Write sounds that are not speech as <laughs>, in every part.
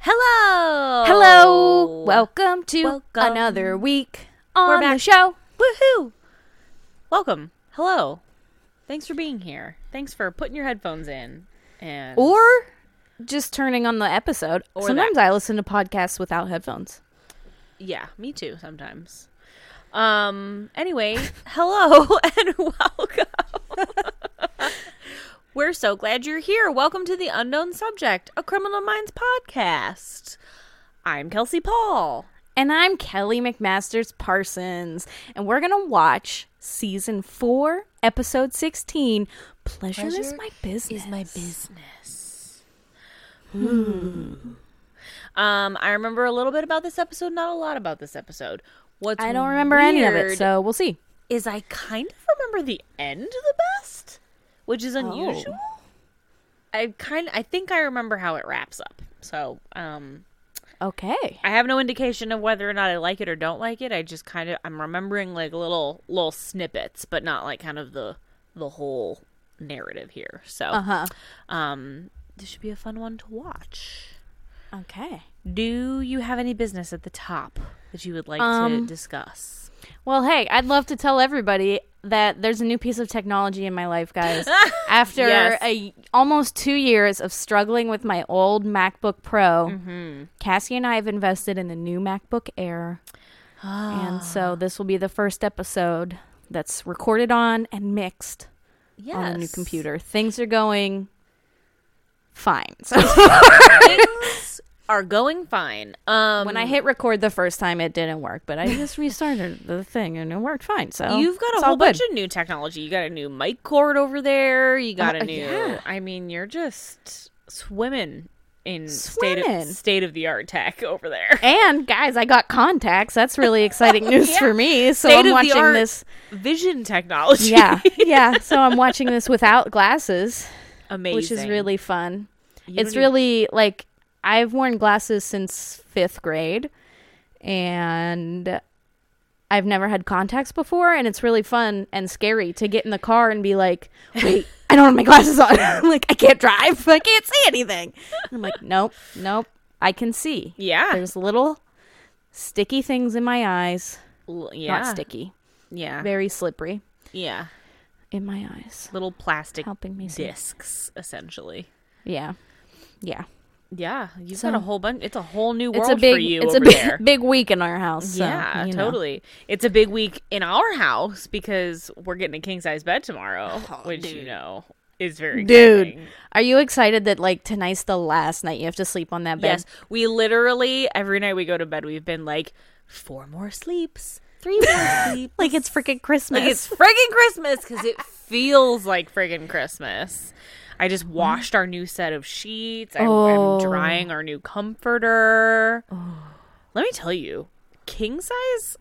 Hello. Hello. Welcome to Welcome. another week on back. the show. Woohoo. Welcome. Hello. Thanks for being here. Thanks for putting your headphones in. And Or just turning on the episode. Or Sometimes I listen to podcasts without headphones. yeah, me too sometimes. Um anyway, <laughs> hello <laughs> and welcome. We're so glad you're here. Welcome to the Unknown Subject, a Criminal Minds podcast. I'm Kelsey Paul. And I'm Kelly McMasters Parsons, and we're going to watch season 4, episode 16, Pleasure, is my business. business. Um, I remember a little bit about this episode, not a lot about this episode. What's I don't remember any of it, weird so we'll see. is I kind of remember the end the best, which Oh. is unusual. I kind I think I remember how it wraps up. So, um Okay. I have no indication of whether or not I like it or don't like it. I just kind of I'm remembering like little little snippets, but not like kind of the the whole narrative here. So, Uh-huh. um this should be a fun one to watch. Okay. Do you have any business at the top that you would like Um, to discuss? Well, hey, I'd love to tell everybody that there's a new piece of technology in my <laughs> life, guys. After Yes. a, almost two years of struggling with my old MacBook Pro, Mm-hmm. Cassie and I have invested in the new MacBook Air. And Ah. so this will be the first episode that's recorded on and mixed Yes. on the new computer. Things are going fine. So <laughs> Things are going fine. Um when I hit record the first time, it didn't work, but I just restarted the thing and it worked fine. So You've got oh, it's a all whole bunch good. of new technology. You got a new mic cord over there. You got Uh, a new. yeah. I mean, you're just swimming in Swimming. state of, state of the art tech over <laughs> there. And guys, I got contacts. That's really exciting <laughs> news for me. So I'm State-of-the-art <laughs> watching this. vision technology. <laughs> Yeah, yeah. So I'm watching this without glasses, amazing. which is really fun. You it's don't really like I've worn glasses since fifth grade, and I've never had contacts before, and it's really fun and scary to get in the car and be like, "Wait, I don't have my glasses on. <laughs> like I can't drive. I can't see anything." And I'm like, "Nope, nope. I can see." even- yeah, There's little sticky things in my eyes. L- yeah, Not sticky. yeah, Very slippery yeah. in my eyes. Little plastic Helping me see. discs, essentially. Yeah. Yeah. Yeah, you've So- got a whole bunch. It's a whole new It's world a big for you it's over a big, there. <laughs> big week in our house. so, yeah, you know. totally. It's a big week in our house because we're getting a king size bed tomorrow, which you know is very Oh, Dude, exciting. are you excited that like tonight's the last night you have to sleep on that bed? Yes, we literally every night we go to bed, we've been like four more sleeps, three <laughs> more sleeps. Like it's freaking Christmas. Like it's friggin' Christmas because <laughs> it feels like friggin' Christmas. I just washed our new set of sheets. I, Mm-hmm. Oh. I'm drying our new comforter. Let me tell you, king size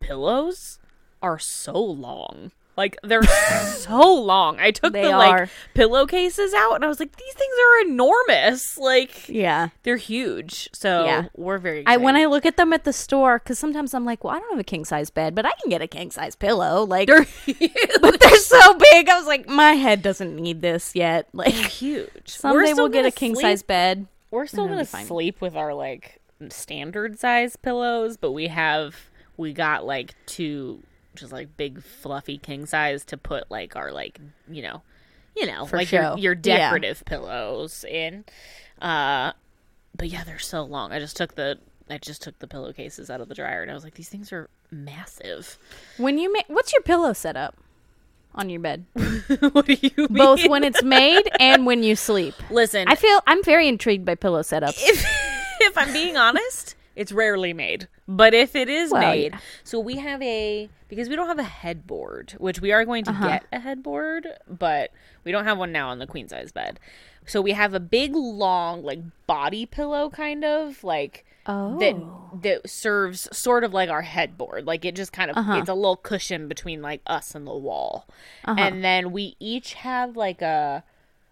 pillows are so long. Like <laughs> they're so long. I took They the are. like pillowcases out and I was like, these things are enormous. Like <laughs> yeah. they're huge. So Yeah. we're very. I Excited. when I look at them at the store, because sometimes I'm like, well, I don't have a king size bed, but I can get a king size pillow. Like, <laughs> but they're so big. I was like, my head doesn't need this yet. <laughs> Like, huge. Someday still we'll get gonna a king sleep- size bed. We're still it'll gonna be fine. sleep with our like standard size pillows, but we have we got like two just like big fluffy king size to put like our like you know you know like show. your, your Yeah. decorative pillows in. Uh, but yeah, they're so long. I just took the I just took the pillowcases out of the dryer and I was like, these things are massive. <laughs> When you make, what's your pillow setup on your <laughs> bed? what do you mean? Both when it's made and when you sleep. Listen, <laughs> I feel I'm very intrigued by pillow setups. if if I'm being honest, it's rarely made. but if it is Well, made, yeah. so we have a because we don't have a headboard, which we are going to Uh-huh. get a headboard, but we don't have one now on the queen size bed. So we have a big long like body pillow kind of like Oh. that that serves sort of like our headboard. Like it just kind of it's a little cushion between like us and the wall. And then we each have like a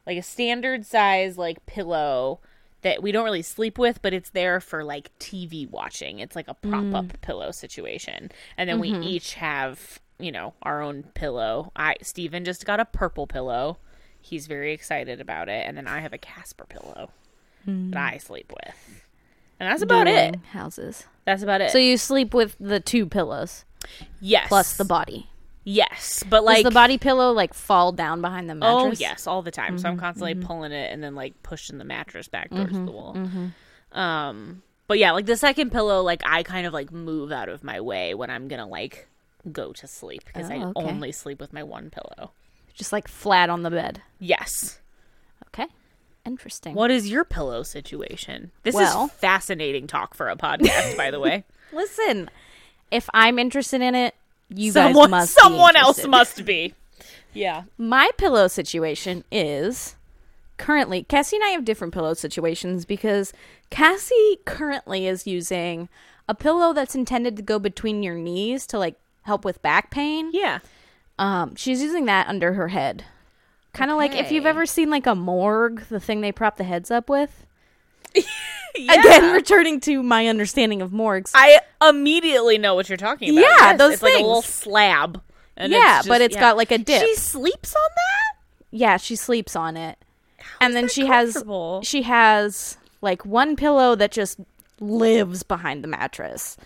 like a standard size like pillow that we don't really sleep with, but it's there for like TV watching. It's like a prop up pillow situation. And then we each have, you know, our own pillow. I Steven just got a purple pillow. He's very excited about it. And then I have a Casper pillow that I sleep with. And that's about it. Dueling Houses. That's about it. So you sleep with the two pillows yes. plus the body. Yes. But Does like the body pillow like fall down behind the Oh mattress? Mm-hmm, yes, all the time. So I'm constantly pulling it and then like pushing the mattress back towards the wall. mm-hmm. Um, but yeah, like the second pillow, like I kind of like move out of my way when I'm gonna like go to sleep because I Oh, okay. only sleep with my one pillow. Just like flat on the bed. Yes. Okay. Interesting. What is your pillow situation? This Well- is fascinating talk for a podcast, by the way. Listen, if I'm interested in it, <laughs> you guys someone, must. be someone else interested. must be. Yeah. My pillow situation is currently Cassie and I have different pillow situations because Cassie currently is using a pillow that's intended to go between your knees to like help with back pain. Yeah. Um, she's using that under her head. Kind of like if you've Okay. ever seen like a morgue, the thing they prop the heads up with. yeah. Again, <laughs> returning to my understanding of morgues. I immediately know what you're talking about. Yeah, Yes, those it's like a little things. slab. And Yeah, it's just- but it's yeah. got, like, a dip. She sleeps on that. yeah, she sleeps on it. and then that she has comfortable? she has like one pillow that just lives behind <laughs> the mattress.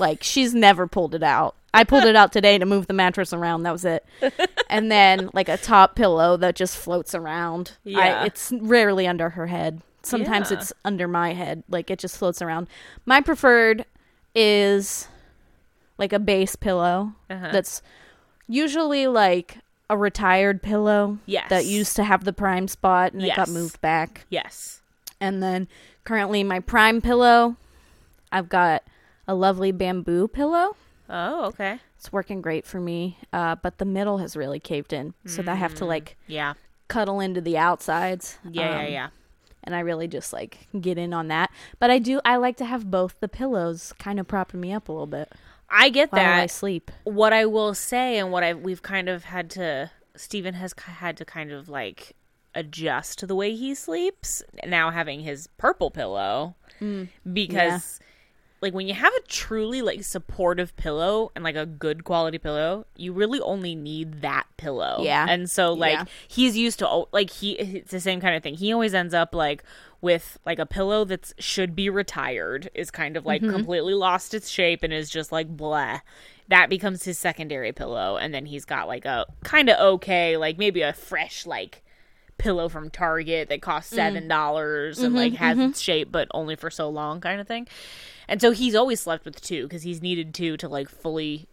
like she's never pulled it out. I pulled it out today to move the mattress around. That was it. And then like a top pillow that just floats around. I- Yeah. it's rarely under her head. Sometimes Yeah. it's under my head. Like it just floats around. My preferred is like a base pillow Uh-huh. that's usually like a retired pillow Yes. that used to have the prime spot and it got Yes. moved back. Yes. And then currently my prime pillow, I've got a lovely bamboo pillow. Oh, okay. It's working great for me, uh, but the middle has really caved in, so that I have to like Yeah. cuddle into the outsides. Mm. Yeah, yeah, um, yeah. And I really just like get in on that. But I do, I like to have both the pillows kind of propping me up a little bit I get while I that. sleep. what I will say and what I we've kind of had to Stephen has k- had to kind of like adjust to the way he sleeps now having his purple pillow because like when you have a truly like supportive pillow and like a good quality pillow you really only need that pillow Yeah. and so like Yeah. he's used to al- like he it's the same kind of thing he always ends up like with like a pillow that's should be retired is kind of like completely lost its shape and is just like blah that becomes his secondary pillow and then he's got like a kind of okay like maybe a fresh like pillow from target that costs seven dollars and like has its shape but only for so long kind of thing and so he's always slept with two because he's needed two to like fully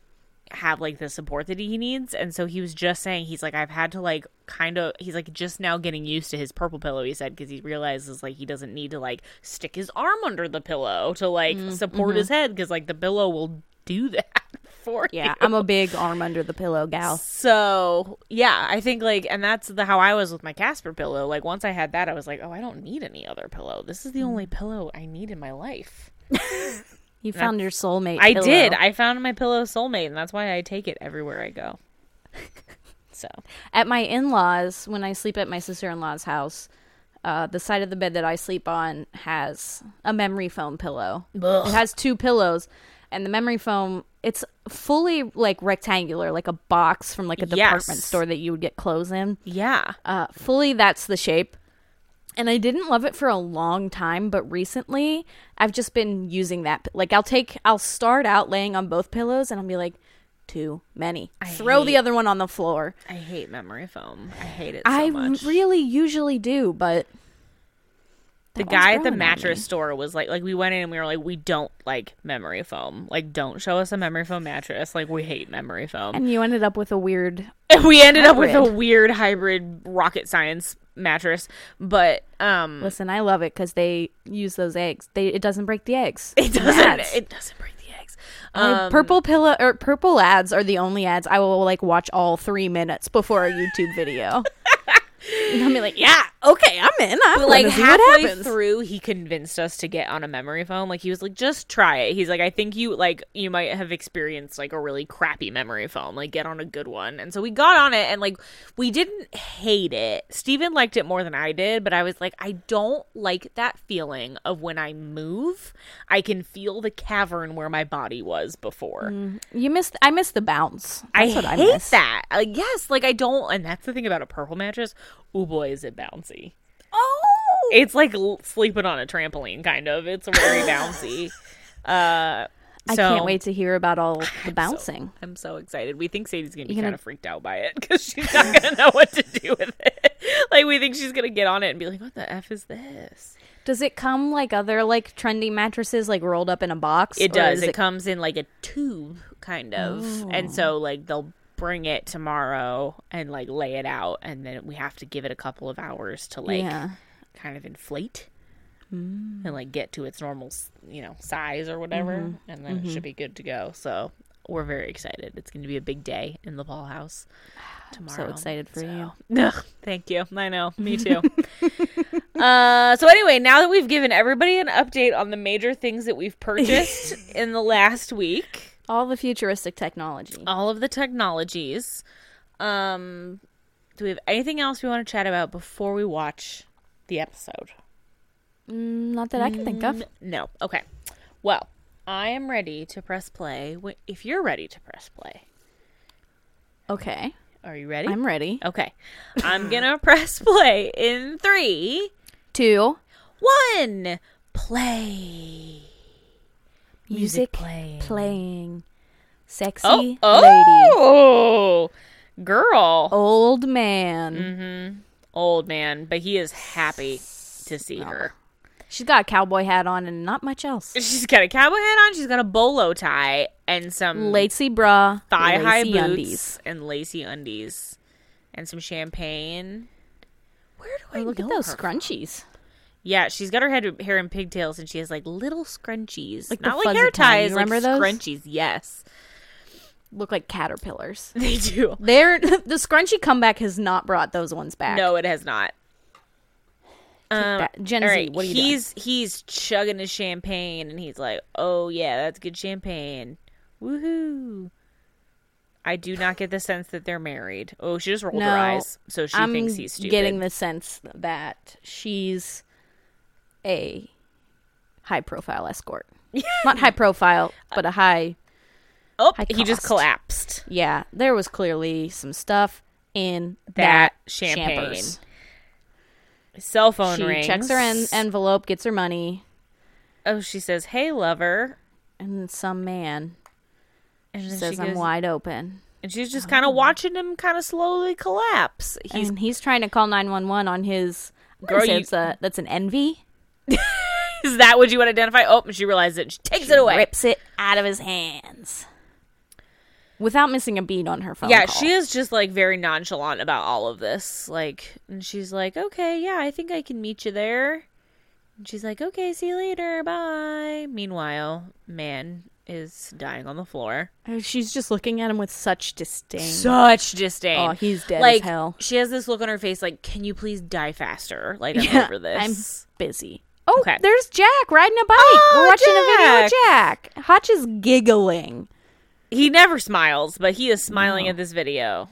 have like the support that he needs and so he was just saying he's like i've had to like kind of he's like just now getting used to his purple pillow he said because he realizes like he doesn't need to like stick his arm under the pillow to like support his head because like the pillow will do <laughs> that for Yeah, you. I'm a big arm under the pillow gal. So yeah, I think like, and that's the how I was with my Casper pillow. Like once I had that, I was like, oh, I don't need any other pillow. This is the only Mm. pillow I need in my life. You found your soulmate. I pillow. did. I found my pillow soulmate, and that's why I take it everywhere I <laughs> go. so at my in-laws when i sleep at my sister-in-law's house uh, the side of the bed that i sleep on has a memory foam pillow it has two pillows and the memory foam it's fully like rectangular like a box from like a department Yes. store that you would get clothes in yeah, uh, fully that's the shape and i didn't love it for a long time but recently i've just been using that like i'll take i'll start out laying on both pillows and i'll be like too many throw the hate- other one on the floor I hate memory foam. I hate it so I much. really usually do, but the one's guy at the growing on mattress store was like, like we went in and we were like, we don't like memory foam. Like, don't show us a memory foam mattress. Like, we hate memory foam. and you ended up with a weird. And <laughs> we ended up with a Hybrid. weird hybrid rocket science mattress, but um, Listen, I love it because they use those eggs. They it doesn't break the eggs. it um, doesn't. That's- It doesn't break the eggs. Like, purple pillow or purple ads are the only ads I will like watch all three minutes before a <laughs> YouTube video. and I'll be like, yeah, okay, I'm in. I'm But like like, see what halfway happens. through, he convinced us to get on a memory foam. Like he was like, "Just try it." He's like, "I think you like you might have experienced like a really crappy memory foam. Like get on a good one." And so we got on it, and like we didn't hate it. Steven liked it more than I did, but I was like, I don't like that feeling of when I move, I can feel the cavern where my body was before. you missed. I missed the bounce. That's I what I hate missed. that. Uh, yes, like I don't, and that's the thing about a purple mattress. Oh boy, is it bouncy! Oh, It's like l- sleeping on a trampoline, kind of. It's <laughs> very bouncy. Uh, I so- can't wait to hear about all <sighs> the bouncing. I'm so excited. We think Sadie's gonna be You're gonna- kind of freaked out by it because she's not gonna know what to do with it. <laughs> Like we think she's gonna get on it and be like, "What the f is this?" Does it come like other like trendy mattresses, like rolled up in a box? It or does. is It, comes in like a tube, kind of, and so like they'll bring it tomorrow and like lay it out, and then we have to give it a couple of hours to like yeah. Mm. kind of inflate and like get to its normal, s- you know, size or whatever, Mm-hmm. and then it should be good to go. So we're very excited. It's going to be a big day in the ball house I'm tomorrow. so excited for you. No, thank you. I know. Me too. <laughs> uh, so anyway, now that we've given everybody an update on the major things that we've purchased in the last week, All the futuristic technology. all of the technologies, um, do we have anything else we want to chat about before we watch the episode? Mm, not that I can think of. No. Okay. Well, I am ready to press play. Wh- If you're ready to press play, Okay, are you ready? I'm ready. okay. I'm going to press play in three, Two. one, play. Music playing. playing. Sexy Oh, lady. oh girl. Old Mm. man. Old man, but he is happy to see her. She's got a cowboy hat on and not much else. She's got a cowboy hat on. She's got a bolo tie and some Lacy bra. thigh high lacy boots undies. and lacy undies and some champagne. Where do I Oh, look at know those her from? scrunchies. Yeah, she's got her head hair in pigtails and she has like little scrunchies, Like the not like hair fuzzy kind, you ties. Remember remember those? those scrunchies? Yes, <laughs> Look like caterpillars. they do. They're, <laughs> the scrunchie comeback has not brought those ones back. No, it has not. Um, that. Gen all Z, right, what are you doing? he's he's chugging his champagne and he's like, "Oh yeah, that's good champagne, woohoo!" I do not get the sense that they're married. Oh, she just rolled No, her eyes, so she I'm thinks he's stupid. getting the sense that she's a high <laughs> profile escort. Not high profile, but a high. Oh, high he just cost. collapsed. Yeah, there was clearly some stuff in That that, champagne champers. Cell phone She rings. checks her en- envelope, gets her money, oh, she says, "Hey, lover," and some man and then says, she "I'm goes- wide open," And she's just kind of watching him, kind of slowly collapse. He's and he's trying to call nine one one on his. I'm gonna Girl, say you- it's a- that's an envy. is that what you would identify? Oh, and she realizes it. She takes it away. Rips it out of his hands without missing a beat on her phone. Yeah, call. she is just like very nonchalant about all of this. Like, and she's like, okay, yeah, I think I can meet you there. And she's like, okay, see you later. Bye. Meanwhile, man is dying on the floor. Oh, She's just looking at him with such disdain. <laughs> Such disdain. Oh, he's dead as like, hell. She has this look on her face like, can you please die faster? Like, I'm Yeah, over this. I'm busy. Oh, Okay. there's Jack riding a bike. Oh, We're watching a video Jack. of Jack. Hotch is giggling. He never smiles, but he is smiling at this video.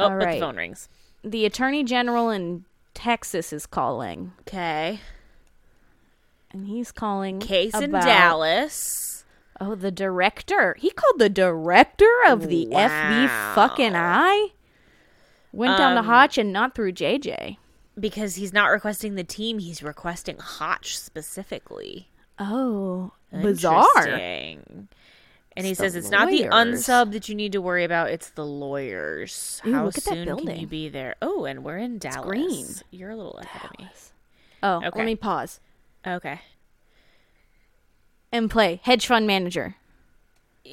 Oh, All but the right. phone rings. The attorney general in Texas is calling, Okay. and he's calling Case in about- Dallas. Oh, the director. He called the director of the Wow. FB fucking I. Went down to Hotch and not through JJ. because he's not requesting the team he's requesting hotch specifically Oh, bizarre. Interesting. and he It's the says it's not the lawyers. unsub that you need to worry about it's the lawyers Ooh, how look at that soon can you building. be there oh and we're in dallas green. you're a little ahead of me Oh, Okay. let me pause okay and play hedge fund manager. Eh,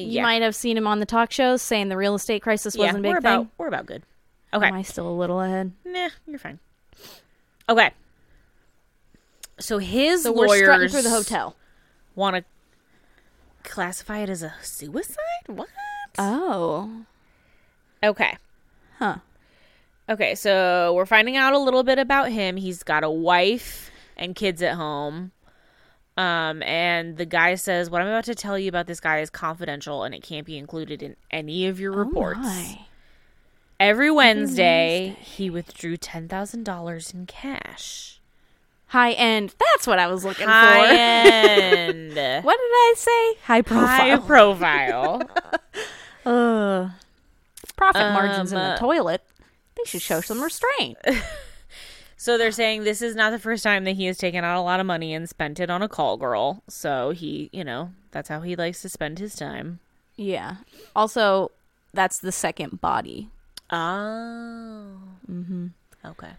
You yeah. might have seen him on the talk shows saying the real estate crisis yeah wasn't a big we're about thing. we're about good okay Am I still a little ahead? nah you're fine okay so his So we're strutting lawyers through the hotel. want to classify it as a suicide? What? Oh. Okay. Huh. Okay, so we're finding out a little bit about him. He's got a wife and kids at home. Um, and the guy says, What I'm about to tell you about this guy is confidential and it can't be included in any of your reports. Oh my. Every Wednesday, he withdrew $10,000 in cash. High end. That's what I was looking High for. end. What did I say? High High <laughs> profile. profile. Ugh. Profit margins in Um, the uh, toilet. They should show some restraint. <laughs> So they're saying this is not the first time that he has taken out a lot of money and spent it on a call girl. So he, you know, that's how he likes to spend his time. yeah. Also, that's the second body. Oh. Oh. Mm-hmm. Okay.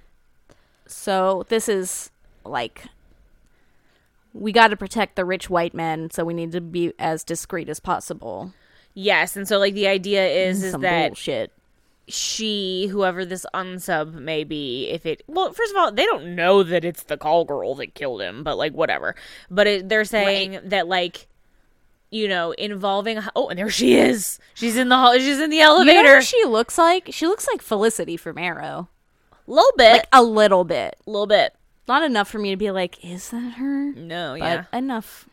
So this is like we got to protect the rich white men, so we need to be as discreet as possible. Yes, and so like the idea is is Some that bullshit. she, whoever this unsub may be, if it well, first of all, they don't know that it's the call girl that killed him, but like whatever. But it, they're saying that like, you know, involving oh, and there she is. She's in the hall. She's in the You know elevator. what she looks like? She looks like Felicity from Arrow. little bit, Like a little bit. little bit. Not enough for me to be like, is that her? No, But Mm, yeah. enough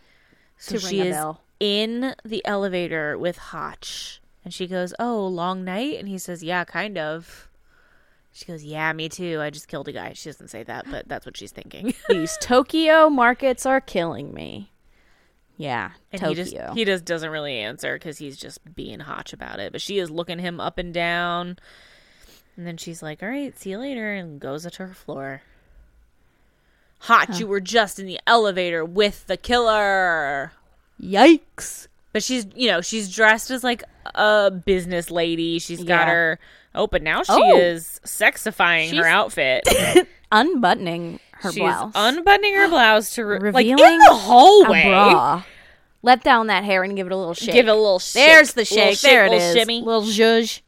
So to ring she a is bell. in the elevator with Hotch, and she goes, "Oh, long night," and he says, "Yeah, kind of." She goes, "Yeah, me too. I just killed a guy." She doesn't say that, but that's what she's thinking. <laughs> These Tokyo markets are killing me. Yeah, and Tokyo. he just he just doesn't really answer because he's just being Hotch about it. But she is looking him up and down, and then she's like, "All right, see you later," and goes to her floor. Hotch, you were just in the elevator with the killer. Yikes. But she's, you know, she's dressed as like a business lady. She's got Yeah. her. Oh, but now she Oh. is sexifying her She's- outfit. Unbuttoning <laughs> her she's blouse. unbuttoning <gasps> her blouse to re- like in Revealing the a hallway. bra. Let down that hair and give it a little shake. Give it a little. Shake, There's the little shake. there it little is. Shimmy. Little zhuzh.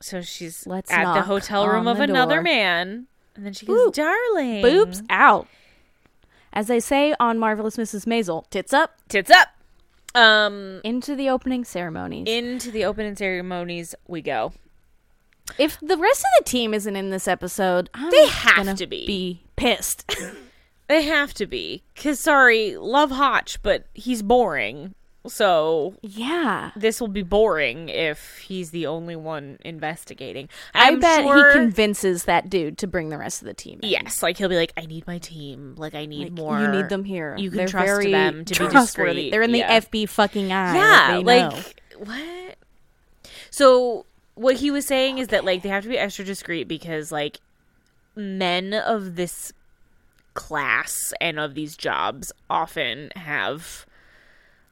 So she's Let's at the knock hotel room on of the another door. man, and then she goes, Woo. "Darling, Boobs out. As they say on Marvelous Mrs. Maisel, tits up tits up." Um, into the opening ceremonies. into the opening ceremonies we go. if the rest of the team isn't in this episode, I'm They have gonna to be. pissed. <laughs> They have to be, cause sorry, love Hotch, but he's boring. So yeah. this will be boring if he's the only one investigating. i I'm bet sure, he convinces that dude to bring the rest of the team. In. Yes, like he'll be like, "I need my team. Like I need Like, more. You need them here. You can They're trust very them to be trustworthy. discreet. They're in the yeah. FB fucking eye. Yeah, They like know. what? So what he was saying is that like they have to be extra discreet because like men of this class and of these jobs often have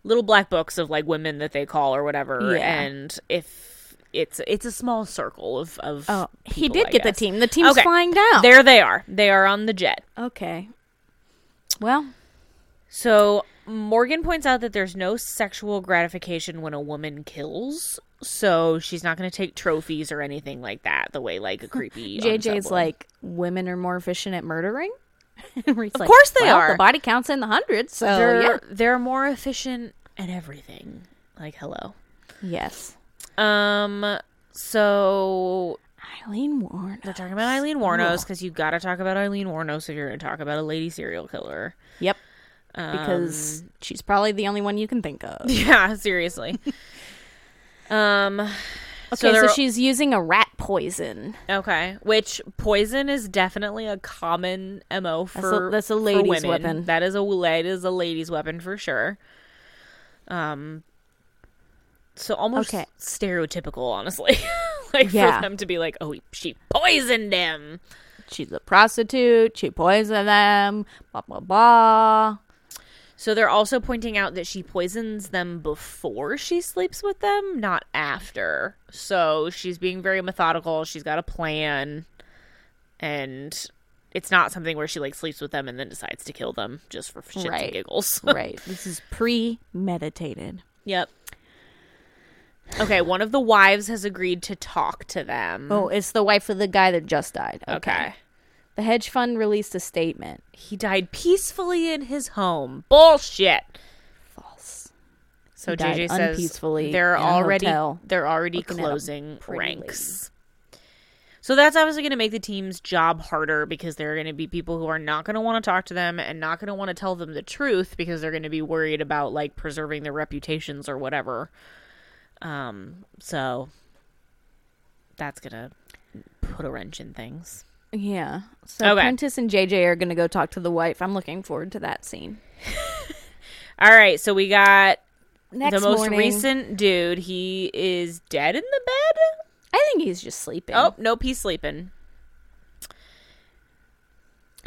little black books of like women that they call or whatever Yeah. and if it's it's a small circle of of Oh, he people, did I get the guess. team. The team's Okay. flying down. there they are they are on the jet okay. Well, so Morgan points out that there's no sexual gratification when a woman kills, so she's not going to take trophies or anything like that. The way like a <laughs> creepy unsub JJ's would. like, women are more efficient at murdering. <laughs> of course they are. The body counts in the hundreds. So they're "Oh, yeah. they're more efficient at everything. Like hello, yes, um. So Eileen Warren. we're talking about Eileen Warnos because you got to talk about Eileen Warnos if you're going to talk about a lady serial killer. <laughs> Yep, because she's probably the only one you can think <laughs> of. Yeah, <laughs> seriously. um. Okay, so, they're- she's using a rat poison. Okay, which poison is definitely a common mo for that's a for ladies' women. weapon. That is a that is a lady's weapon for sure. Um, so almost Okay. stereotypical, honestly, <laughs> like Yeah. for them to be like, "Oh, she poisoned him." She's a prostitute. She poisoned them. Blah blah blah. <laughs> So they're also pointing out that she poisons them before she sleeps with them, not after. So she's being very methodical. She's got a plan, and it's not something where she like sleeps with them and then decides to kill them just for shits and Right. giggles. right. This is premeditated. yep. Okay, one of the wives has agreed to talk to them. Oh, it's the wife of the guy that just died. Okay. okay. The hedge fund released a statement. He died peacefully in his home. Bullshit. False. So Died JJ says unpeacefully they're in a already hotel, they're already looking at a closing pretty ranks. So that's obviously going to make the team's job harder because there are going to be people who are not going to want to talk to them and not going to want to tell them the truth because they're going to be worried about like preserving their reputations or whatever. Um, so that's going to put a wrench in things. Yeah. So Okay. Prentice and JJ are going to go talk to the wife. I'm looking forward to that scene. All right, so we got Next the most morning, recent dude. He is dead in the bed. I think he's just sleeping. Oh, nope, he's sleeping.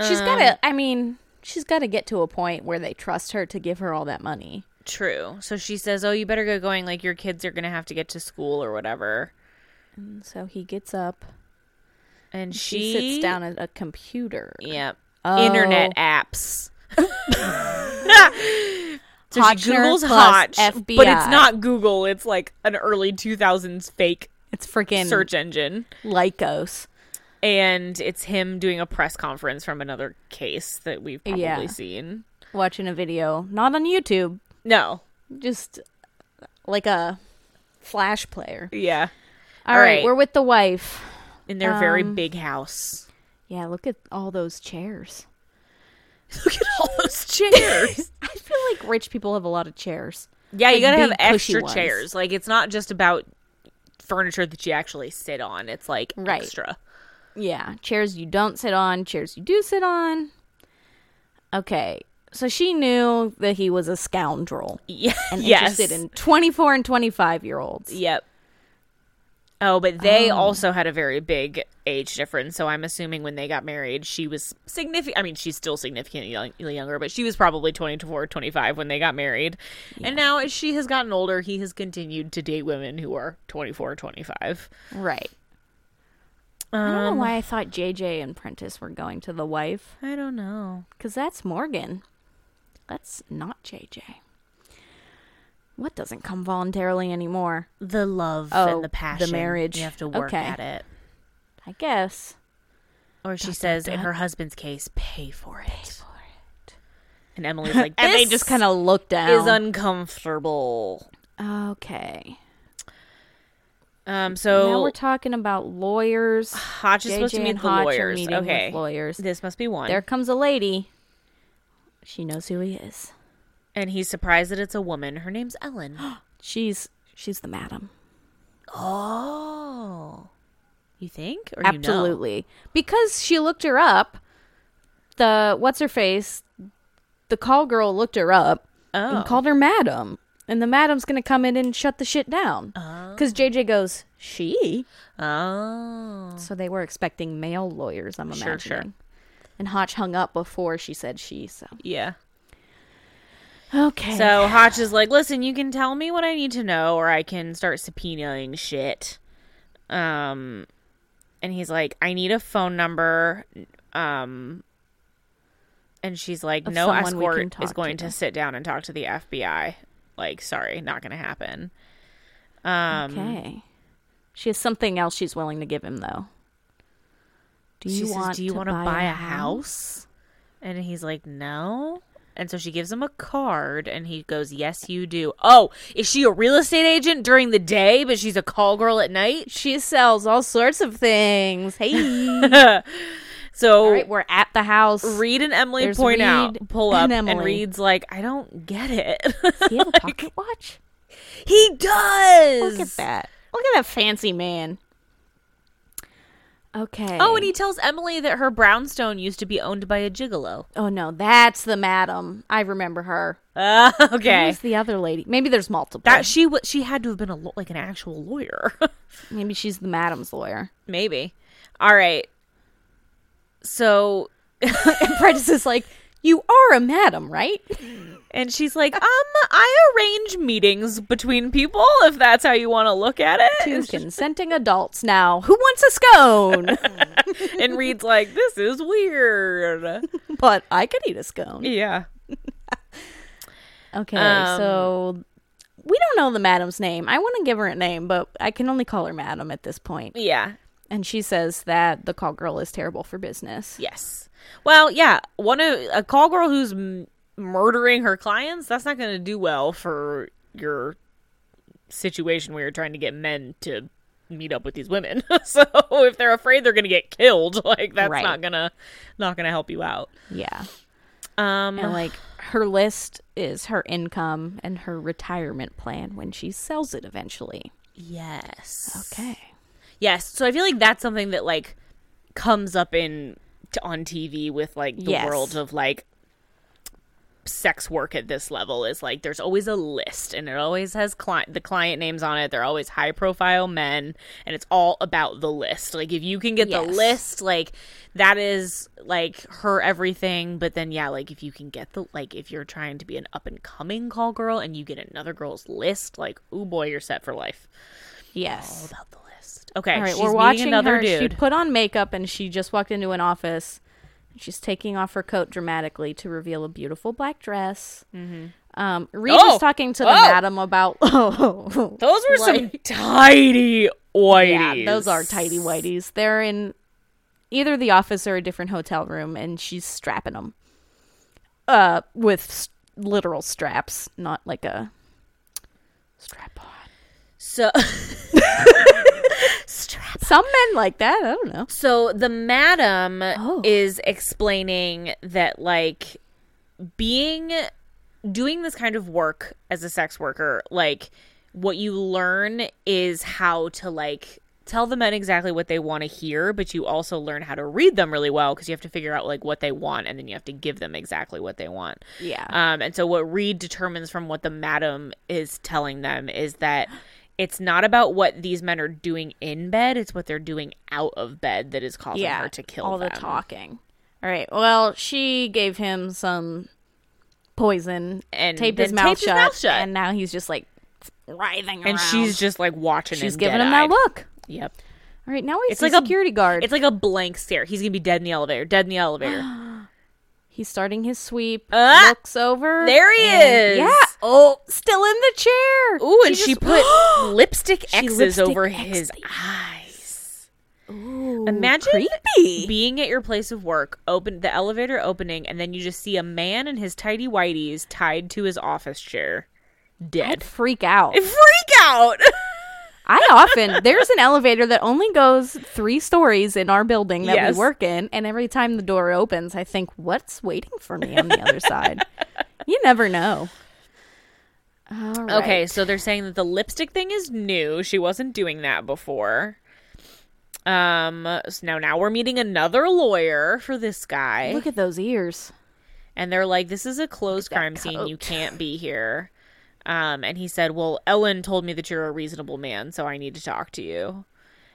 she's got to. I mean, she's got to get to a point where they trust her to give her all that money. True. So she says, "Oh, you better go going. Like your kids are gonna have to get to school or whatever." And so he gets up. And she, She, sits down at a computer. Yep. Oh. Internet apps. <laughs> <laughs> so she Hotchner Google's plus Hotch, but it's FBI. not Google. It's like an early two thousands fake It's freaking search engine, Lycos. and it's him doing a press conference from another case that we've probably Yeah. seen. Watching a video, not on YouTube, No. just like a flash player. Yeah. all All right, right. we're with the wife. In their very Um, big house. Yeah, look at all those chairs. Look at all those <laughs> chairs. I feel like rich people have a lot of chairs. Yeah, you Like gotta have big, cushy extra ones. chairs. Like it's not just about furniture that you actually sit on. It's like Right. extra. <laughs> Yeah, chairs you don't sit on, chairs you do sit on. Okay, so she knew that he was a scoundrel Yeah. and yes. interested in 24 and 25 year olds. Yep. Oh, but they Um. also had a very big age difference. So I'm assuming when they got married, she was significant. I mean, she's still significantly young- younger, but she was probably 24, 25 when they got married. And now, as she has gotten older, he has continued to date women who are 24, 25. Right. I don't know Um, why I thought JJ and Prentice were going to the wife, I don't know. because that's Morgan. That's not JJ. What doesn't come voluntarily anymore? The love Oh, and the the passion. marriage. You have to work Okay. at it. I guess. Or she says, in her husband's case, pay for it. And Emily's like, this <laughs> And they just kind of look down. is uncomfortable. okay. Um, now so we're talking <sighs> about lawyers. Hotch is JJ supposed to meet and the Hotch are lawyers. meeting okay, with lawyers. this must be one. There comes a lady. She knows who he is. And he's surprised that it's a woman. Her name's Ellen. <gasps> She's she's the madam. oh, you think? Or You know? Absolutely. Because she looked her up. The what's her face? The call girl looked her up Oh, and called her madam. And the madam's gonna come in and shut the shit down. Because JJ goes, She? oh, So they were expecting male lawyers, I'm Sure, imagining. sure. And Hotch hung up before she said she, so yeah. Okay. So Hotch is like, listen, you can tell me what I need to know, or I can start subpoenaing shit. Um, and he's like, I need a phone number. Um, and she's like, Of no someone we can escort talk is to, going to, though." sit down and talk to the FBI. Like, sorry, not going to happen. Um, Okay. She has something else she's willing to give him though. Do she you says, want do you to want to buy a house? And he's like, no. And so she gives him a card, and he goes, yes, you do. Oh, is she a real estate agent during the day, but she's a call girl at night? She <laughs> sells all sorts of things. Hey. So all right, we're at the house. <laughs> Reed and Emily There's point Reed out, pull up, and and, Emily. Reed's like, "I don't get it." Does he <laughs> have a pocket watch? he does. Look at that. Look at that fancy man. Okay. Oh, and he tells Emily that her brownstone used to be owned by a gigolo. <laughs> Oh no, that's the madam. I remember her. Uh, okay, Who's the other lady? Maybe there's multiple. that she wa she had to have been a law- like an actual lawyer, <laughs> Maybe she's the madam's lawyer. <laughs> maybe. All right. So, <laughs> And Prentice is like, "You are a madam, <laughs> right?" and she's like, "Um, I arrange meetings between people if that's how you want to look at it." Two It's just- consenting adults now. Who wants <laughs> a scone? and Reed's like, "This is weird." but I could eat a scone. yeah. Okay, Um, so we don't know the madam's name. I want to give her a name, but I can only call her madam at this point. Yeah. And she says that the call girl is terrible for business. Yes. Well, yeah, one of a call girl who's m- murdering her clients, that's not going to do well for your situation where you're trying to get men to meet up with these women. <laughs> so if they're afraid they're going to get killed, <laughs> like that's Right. not going to not going to help you out. Yeah. Um And like her list is her income and her retirement plan when she sells it eventually. yes. Okay. Yes. So I feel like that's something that like comes up in t- on TV with like the Yes. world of like sex work at this level is like there's always a list and it always has client the client names on it. They're always high profile men and it's all about the list. Like if you can get the Yes. list, like that is like her everything. But then yeah, like if you can get the like if you're trying to be an up and coming call girl and you get another girl's list, like oh boy, you're set for life. All Yes. about the list. Okay, All right, Oh, she's we're meeting watching another her. dude. She put on makeup and she just walked into an office. She's taking off her coat dramatically to reveal a beautiful black dress. Um, Reed Oh! was talking to the Oh! madam about. <laughs> Oh, Those were some tidy whiteys. yeah, those are tidy whities. They're in either the office or a different hotel room, and she's strapping them uh, with s- literal straps, not like a strap on. So, <laughs> Some men like that. I don't know. so the madam Oh. is explaining that like being doing this kind of work as a sex worker, like what you learn is how to like tell the men exactly what they want to hear, but you also learn how to read them really well because you have to figure out like what they want and then you have to give them exactly what they want. Yeah. Um, and so what Reed determines from what the madam is telling them is that it's not about what these men are doing in bed; it's what they're doing out of bed that is causing her to kill all the them. talking. All right. Well, she gave him some poison And taped, then his mouth, taped his shut, mouth shut. and now he's just like writhing around. And she's just like watching. she's him giving him dead-eyed. that look. Yep. All right. Now he's It's a like a- security guard. It's like a blank stare. He's gonna be dead in the elevator. Dead in the <gasps> elevator. he's starting his sweep. Ah! looks over. There he and- is. Yeah. Oh, still in the chair. Ooh, and she, just- put <gasps> <gasps> lipstick She X's lipstick over X'd his the eyes. Ooh, Imagine creepy. being at your place of work, open the elevator opening, and then you just see a man in his tidy whities tied to his office chair, I'd dead. <laughs> freak out. Freak out! I often there's an elevator that only goes three stories in our building that Yes. we work in, and every time the door opens, I think, "What's waiting for me on the other side?" You never know. All <laughs> right. Okay, so they're saying that the lipstick thing is new. She wasn't doing that before. Um. So now, now we're meeting another lawyer for this guy, look at those ears. and they're like, "This is a closed crime scene. You coat." can't be here." Um. And he said, "Well, Ellen told me that you're a reasonable man, so I need to talk to you."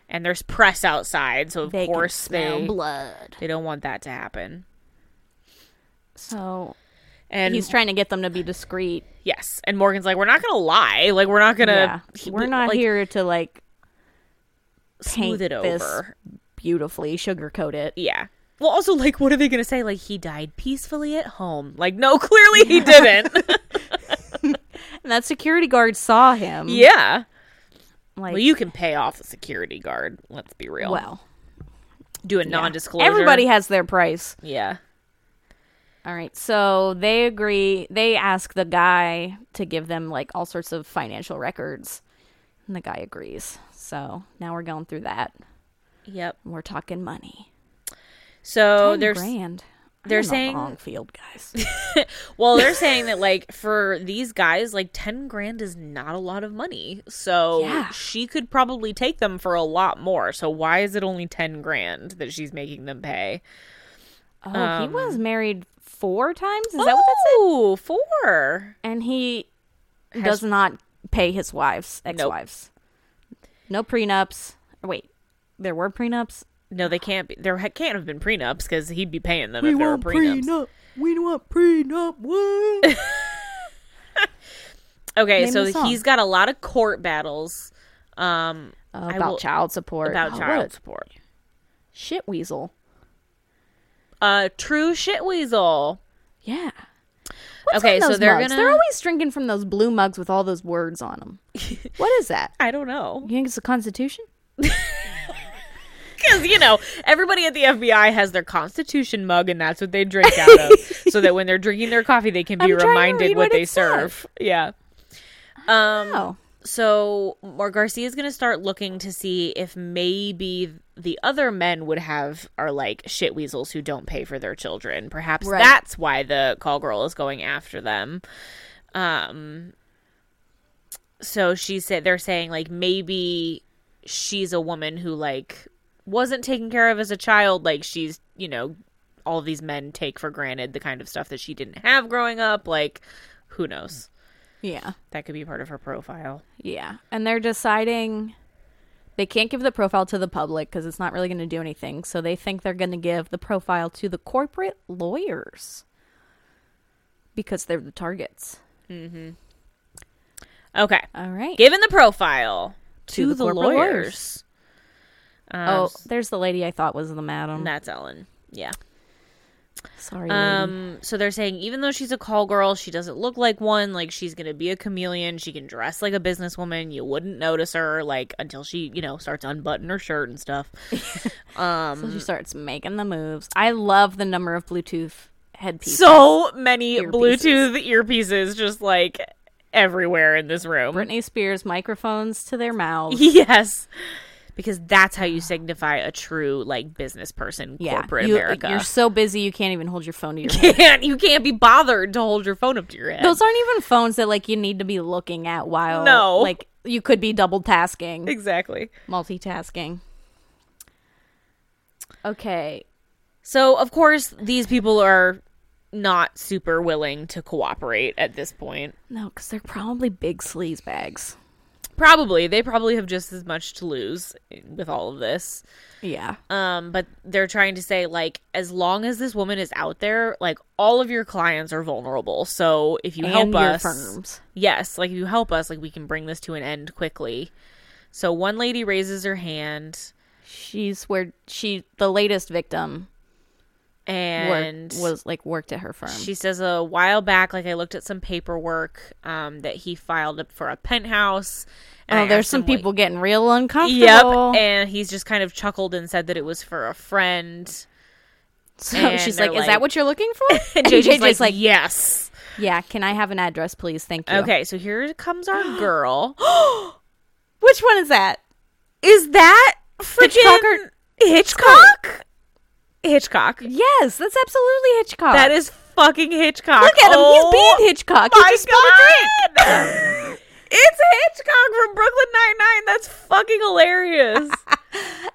And there's press outside, so of They course can smell they blood. They don't want that to happen. So And he's trying to get them to be discreet. yes, and Morgan's like, we're not gonna lie. Like we're not Yeah, gonna. we're not like, here to like Smooth paint it this. over. beautifully sugarcoat it. Yeah. Well, also, like, what are they gonna say? Like he died peacefully at home. Like, no, <laughs> clearly he didn't. <laughs> And that security guard saw him. yeah. like Well, you can pay off a security guard. Let's be real. well, Do a yeah. non-disclosure. Everybody has their price. Yeah. All right. So they agree. They ask the guy to give them like all sorts of financial records. And the guy agrees. So now we're going through that. Yep. We're talking money. So 10 there's grand. I'm they're in the saying- wrong field, guys. <laughs> well, <laughs> they're saying that like for these guys, like ten grand is not a lot of money. So Yeah. she could probably take them for a lot more. So why is it only ten grand that she's making them pay? Oh, Um, he was married four times. Is that oh, what that said? Ooh, four. And he does not pay his wives, ex-wives. No prenups. Wait, there were prenups. No, they can't be. There ha- can't have been prenups because he'd be paying them if there were prenups. We want prenup. What? Okay, Name so the song. he's got a lot of court battles um, about will- child support. about Oh, what a child support. shit weasel. Uh, true shit weasel. Yeah. okay, so they're gonna. they're always drinking from those blue mugs with all those words on them. what is that? I don't know You think it's the Constitution? because you know everybody at the FBI has their Constitution mug, and that's what they drink <laughs> out of, so that when they're drinking their coffee, they can be I'm trying to reminded read what, what they it says. serve. Yeah. Um, Oh. So, Mar Garcia is going to start looking to see if maybe the other men would have are like shit weasels who don't pay for their children. Perhaps Right. that's why the call girl is going after them. Um, so she said they're saying like maybe she's a woman who like wasn't taken care of as a child. Like she's you know all these men take for granted the kind of stuff that she didn't have growing up. Like who knows? Yeah. That could be part of her profile. Yeah. And they're deciding they can't give the profile to the public because it's not really going to do anything. So they think they're going to give the profile to the corporate lawyers because they're the targets. Okay. All right. Given the profile to, To the, the corporate lawyers. lawyers. Um, oh, there's the lady I thought was the madam. that's Ellen. Yeah. Sorry. lady. Um, so they're saying even though she's a call girl, she doesn't look like one. Like she's gonna be a chameleon. She can dress like a businesswoman. You wouldn't notice her like until she, you know, starts unbuttoning her shirt and <laughs> stuff. So she starts making the moves. I love the number of Bluetooth headpieces. So many Earpieces. Bluetooth earpieces just like everywhere in this room. Britney Spears microphones to their <laughs> mouths. Yes. Because that's how you signify a true like business person, corporate you, America. You're so busy you can't even hold your phone <laughs> to your head. can't you can't be bothered to hold your phone up to your head. Those aren't even phones that like you need to be looking at while No. like you could be double <laughs> tasking, exactly. multitasking. Okay. So of course these people are not super willing to cooperate at this point. No, because they're probably big sleaze bags. Probably they probably have just as much to lose with all of this. Yeah. Um, but they're trying to say like as long as this woman is out there, like all of your clients are vulnerable. So if you help and your us, firms. yes, like if you help us, like we can bring this to an end quickly. So one lady raises her hand She's where she the latest victim and worked, was like worked at her firm. She says a while back, like I looked at some paperwork um, that he filed up for a penthouse. and I oh, asked there's some him, like- people getting real uncomfortable. Yep, and he's just kind of chuckled and said that it was for a <laughs> friend. <laughs> so and she's they're like, "Is that like- what you're looking <laughs> for?" And JJ's, like, "Yes." "Yeah, can I have an address, please? Thank you." Okay, so here comes <gasps> our girl. Which one is that? Is that Hitchcock or- Hitchcock? Hitchcock. Yes, that's absolutely Hitchcock. That is fucking Hitchcock. Look at him. Oh, He's being Hitchcock. He my just spilled a drink. God! <laughs> it's Hitchcock from Brooklyn Nine Nine. That's fucking hilarious.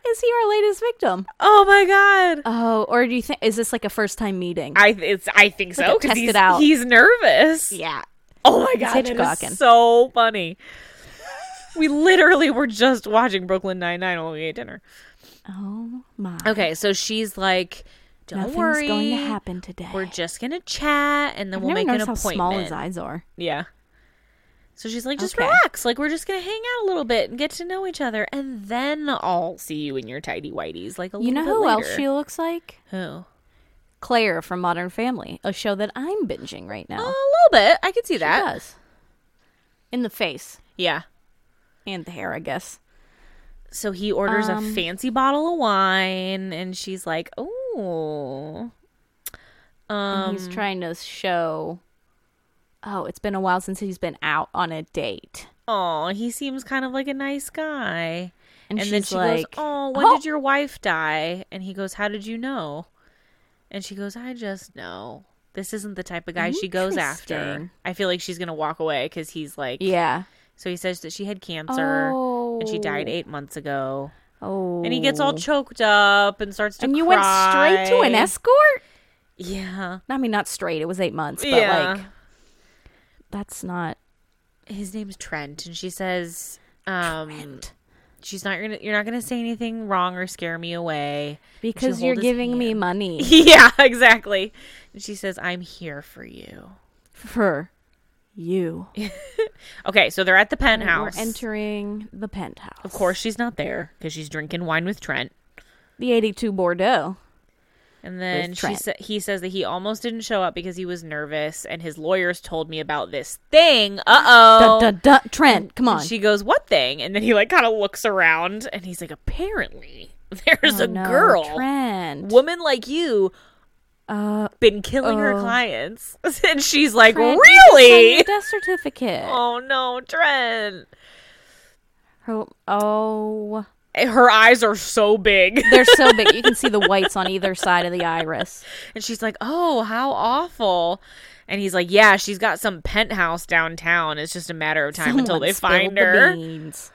Is he our latest victim? Oh my god. Oh, or do you think is this like a first time meeting? I th- it's I think so Look at- because test he's, it out. he's nervous. yeah. Oh my god, that Hitchcocking. is so funny. we literally were just watching Brooklyn Nine Nine while we ate dinner. Oh my. Okay, so she's like, "Don't Nothing's worry, going to happen today. We're just gonna chat, and then I've we'll never make an noticed appointment." how small his eyes are. Yeah. So she's like, "Just Okay. relax. Like we're just gonna hang out a little bit and get to know each other, and then I'll see you in your tidy whities." Like a You know little bit who else later." she looks like? who Claire from Modern Family, a show that I'm binging right now. a little bit. I could see She Oh, that. does. In the face Yeah. and the hair, I guess. So he orders Um, a fancy bottle of wine, and she's like, "Oh, And Um, he's trying to show. Oh, it's been a while since he's been out on a date. oh, he seems kind of like a nice guy." And, And, she's then she like, goes, "Oh, when "Oh." did your wife die?" And he goes, "How did you know?" And she goes, "I just know. This isn't the type of guy she goes Interesting. after. I feel like she's gonna walk away because he's like, Yeah. So he says that she had cancer and she died Oh. eight months ago, Oh. and he gets all choked up and starts to And you went straight to an cry. escort? Yeah, I mean, not straight. It was eight months, but Yeah. like, that's not. his name's Trent, and she says, um, Trent. she's not gonna, you're not gonna say anything wrong or scare me away Because hold you're his giving me hand. <laughs> money yeah, exactly. And she says, I'm here for you. for you. Okay, so they're at the We're penthouse. entering the penthouse. of course, she's not there because she's drinking wine with Trent. The 82 Bordeaux. And then With she Trent. sa- he says that he almost didn't show up because he was nervous, and his lawyers told me about this thing. Uh oh. Dun, dun, dun. Trent, come on. She goes, "What thing?" And then he like kind of looks around, and he's like, "Apparently, <laughs> there's Oh, a no, girl, Trent. woman like you, Uh, been killing her Oh. clients. <laughs> and she's like, Fran, you should send <laughs> Really? your death certificate. Oh no, Trent. Her- oh, Eh, Her eyes are so <laughs> big. they're so big. You can see the whites on either side of the iris. And she's like, Oh, how awful. And he's like, Yeah, she's got some penthouse downtown. It's just a matter of time until Someone they spilled find the her. beans.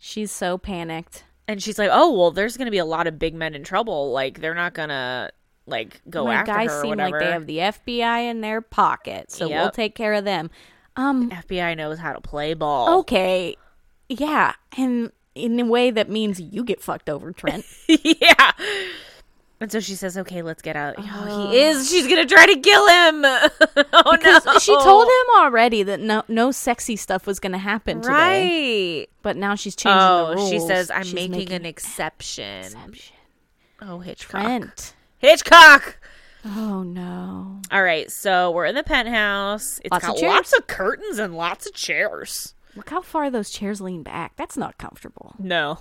She's so panicked. And she's like, Oh, well, there's going to be a lot of big men in trouble. Like, they're not going to, like, go My after guys her or seem whatever. like they have the FBI in their pocket, so we'll Yep. take care of them. Um, FBI knows how to play ball. okay, yeah, and in a way that means you get fucked over, <laughs> Trent. yeah. And so she says, "Okay, let's get out." Oh, he is. She's gonna try to kill him. <laughs> oh Because no! she told him already that no, no sexy stuff was going to happen today. right. But now she's changing the Oh, rules. she says, "I'm She's making, an exception. exception. Oh, Hitchcock. Trent. Hitchcock. Oh no. All right, so we're in the penthouse. It's Lots of got chairs. lots of curtains and lots of chairs. Look how far those chairs lean back. That's not comfortable. No.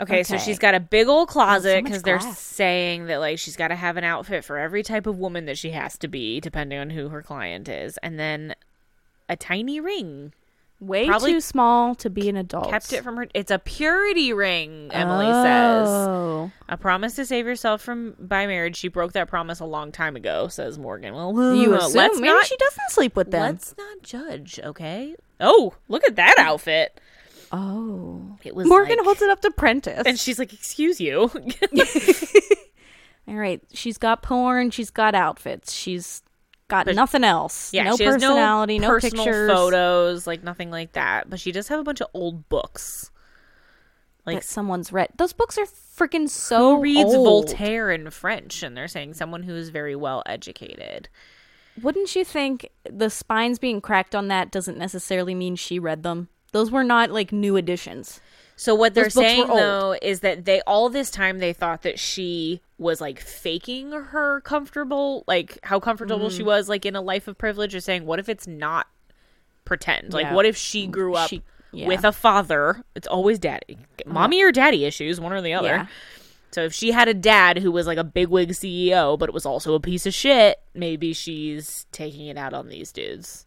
Okay, so Okay. she's got a big old closet much because they're glass. saying that like she's got to have an outfit for every type of woman that she has to be, depending on who her client is, and then a tiny ring. Way Probably too small to be an adult. Kept it from her. It's a purity ring. Emily says Oh. a promise to save yourself from by marriage. She broke that promise a long time ago. Says Morgan. Well, You uh, assume let's maybe not she doesn't sleep with them. let's not judge, okay? Oh, look at that outfit. Oh. It was Morgan like- holds it up to Prentice. and she's like, "Excuse you." <laughs> All right, she's got porn, she's got outfits, she's got nothing else. Yeah, no she has personality, no, personal pictures. photos, like nothing like that. But she does have a bunch of old books. that someone's read. Those books are freaking so Who reads old. Voltaire in French? And they're saying someone who is very well educated. Wouldn't you think the spines being cracked on that doesn't necessarily mean she read them? Those were not like new editions. So what they're Those books were saying old. though is that they all this time they thought that she was like faking her comfortable, like how comfortable Mm. she was, like in a life of privilege. Or saying, what if it's not pretend? Like, Yeah. Mm. what if she grew up She- yeah. with a father? It's always daddy, mommy or daddy issues, one or the other. Yeah. So if she had a dad who was like a bigwig CEO, but was also a piece of shit, maybe she's taking it out on these dudes.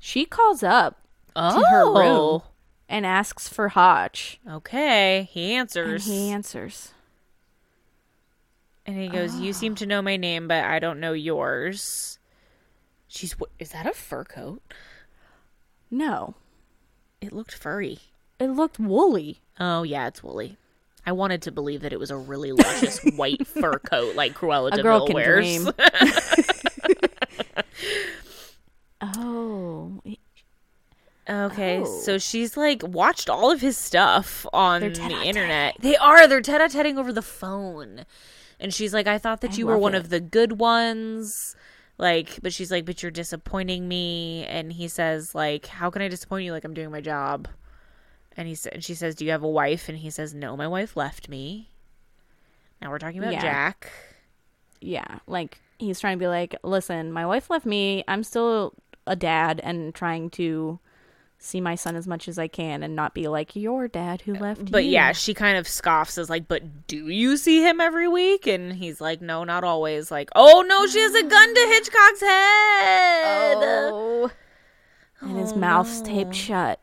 She calls up Oh, her room. and asks for Hotch. okay. He And answers. he answers. And he goes, "You seem to know my name, but I don't know yours." She's wh- is that a fur coat? No. It looked furry. It looked woolly. Oh yeah, it's woolly. I wanted to believe that it was a really <laughs> luscious white fur coat like Cruella A de girl Vil can wears. dream. <laughs> Oh. Okay, Oh. so she's like watched all of his stuff on They're the tete-a-tete. internet. They are they're tete a teting over the phone, and she's like, "I thought that you were love one it. of the good ones." Like, but she's like, "But you're disappointing me," and he says, "Like, how can I disappoint you? Like, I'm doing my job." And he sa- and she says, "Do you have a wife?" And he says, "No, my wife left me." Now we're talking about Yeah. Jack. Yeah. Like he's trying to be like, listen, my wife left me. I'm still a dad and trying to see my son as much as I can and not be like your dad who left Uh, But you." yeah, she kind of scoffs as like, "But do you see him every week?" And he's like, "No, not always." Like, "Oh no, she has <gasps> a gun to Hitchcock's head." Oh. And his Oh. mouth's taped shut.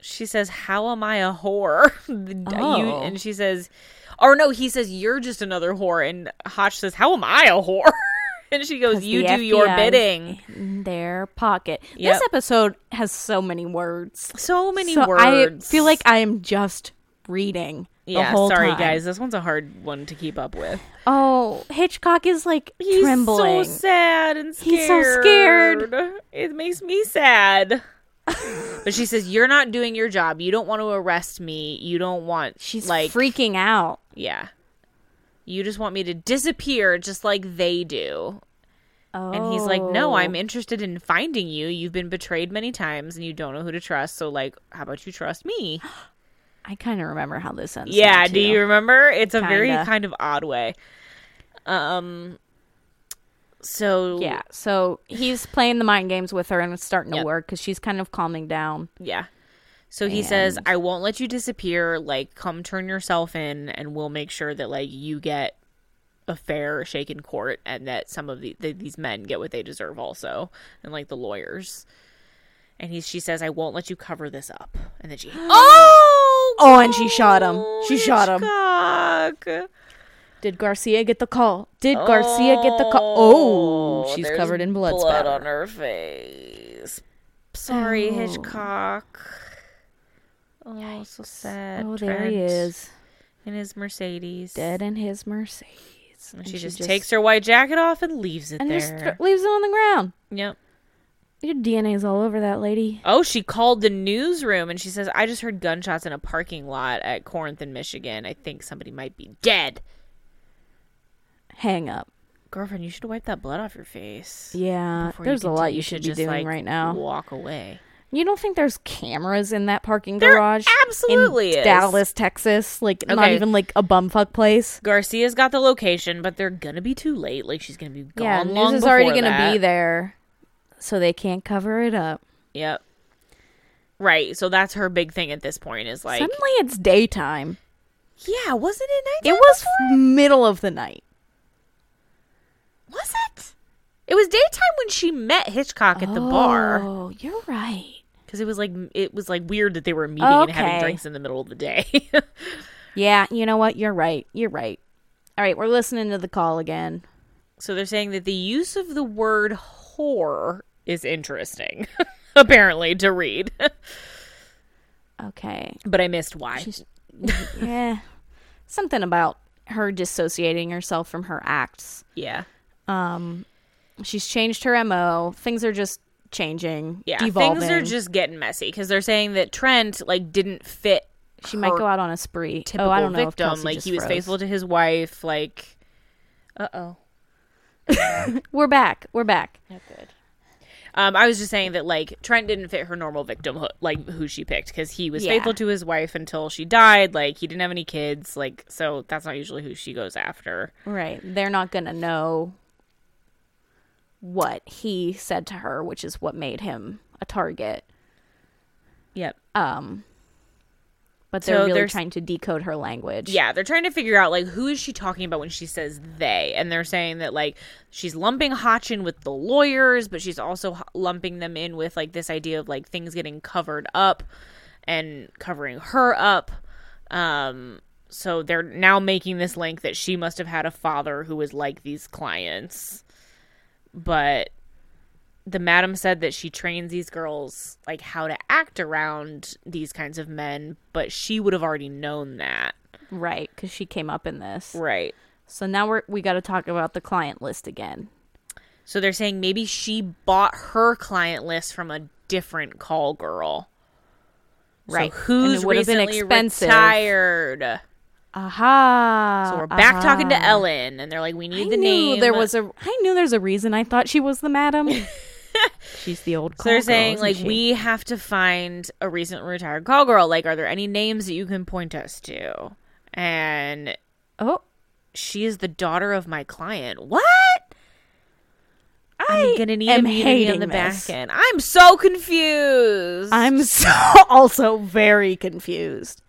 She says, "How am I a whore?" <laughs> You- Oh. and she says, "Or no," he says, "You're just another whore." And Hotch says, "How am I a whore?" <laughs> and she goes, "You do The your FBI 's bidding." In their pocket. Yep. This episode has so many words. So many so words. I feel like I am just reading yeah. the whole sorry, time. guys. This one's a hard one to keep up with. Oh, Hitchcock is like He's trembling. so sad and scared. He's so scared. It makes me <laughs> sad. but she says, "You're not doing your job. You don't want to arrest me. You don't want She's like freaking out. yeah. You just want me to disappear, just like they do." Oh. And he's like, "No, I'm interested in finding you. You've been betrayed many times, and you don't know who to trust. So, like, how about you trust <gasps> me?" I kind of remember how this ends. yeah. now, Do too. you remember? It's a very Kinda. kind of odd way. Um. So Yeah. So he's playing the mind games with her, and it's starting Yep. to work because she's kind of calming down. Yeah. So he says, "I won't let you disappear. Like, come turn yourself in, and we'll make sure that like you get a fair shake in court and that some of the, that these men get what they deserve also and like the lawyers and he, she says i won't let you cover this up and then she oh <gasps> Oh, and she shot him. She shot him. him Did Garcia get the call? Did Garcia get the call? Oh, she's there's covered in blood, blood spatter. on her face sorry Oh. hitchcock oh so sad Oh, there he Trent is, in his mercedes dead in his Mercedes. and she, just, takes her white jacket off and leaves it and there just thro- leaves it on the ground. yep Your DNA's all over that lady. Oh, she called the newsroom and she says, I just heard gunshots in a parking lot at Corinth in Michigan. I think somebody might be dead. Hang up. Girlfriend, you should wipe that blood off your face. Yeah, before you there's a lot continue. you should, be doing like, right now. Walk away. You don't think there's cameras in that parking There garage? absolutely in is. Dallas, Texas. Like not Okay. even like a bumfuck place. Garcia's got the location, but they're gonna be too late. Like she's gonna be gone. yeah, long news is already before gonna be that. there, so they can't cover it up. Yep. Right. So that's her big thing at this point is like Suddenly, it's daytime. Yeah, wasn't it It nighttime was before? middle of the night. was it? It was daytime when she met Hitchcock at the bar. Oh, you're right. because it was like it was like weird that they were meeting and having Okay. drinks in the middle of the day. <laughs> Yeah, you know what? You're right. You're right. All right, we're listening to the call again. so they're saying that the use of the word whore is interesting, <laughs> apparently to read. <laughs> Okay. but I missed why. She's yeah. Something about her dissociating herself from her acts. yeah, Um she's changed her MO. Things are just changing, yeah. devolving. Things are just getting messy because they're saying that Trent like didn't fit. she might her go out on a spree. Typical Oh, I don't know if victim. Kelsey like just he was froze. faithful to his wife. Like, uh oh. We're back. We're back. good. Um, I was just saying that like Trent didn't fit her normal victim ho- like who she picked because he was Yeah. faithful to his wife until she died. Like he didn't have any kids. Like so that's not usually who she goes after. Right. They're not going to know what he said to her, which is what made him a target. Yep. Um but they're So really there's- trying to decode her language. Yeah, they're trying to figure out like who is she talking about when she says they, and they're saying that like she's lumping Hotch in with the lawyers, but she's also h- lumping them in with like this idea of like things getting covered up and covering her up. Um, so they're now making this link that she must have had a father who was like these clients, but the madam said that she trains these girls like how to act around these kinds of men, but she would have already known that. Right, cuz she came up in this. Right. So now we're we got to talk about the client list again. So they're saying maybe she bought her client list from a different call girl. So Right. who's And it would have been recently expensive. retired? Aha. So we're back talking to aha. Ellen, and they're like, "We need Uh-huh. I the knew name." there was a I knew there's a reason I thought she was the <laughs> madam. She's the old So call they're girl, saying isn't like she? we have to find a recently retired call girl. Like, are there any names that you can point us to? And Oh, she is the daughter of my client. What? I I'm gonna need am immunity hating E on the this. back end. I'm so confused. I'm so <laughs> also very confused.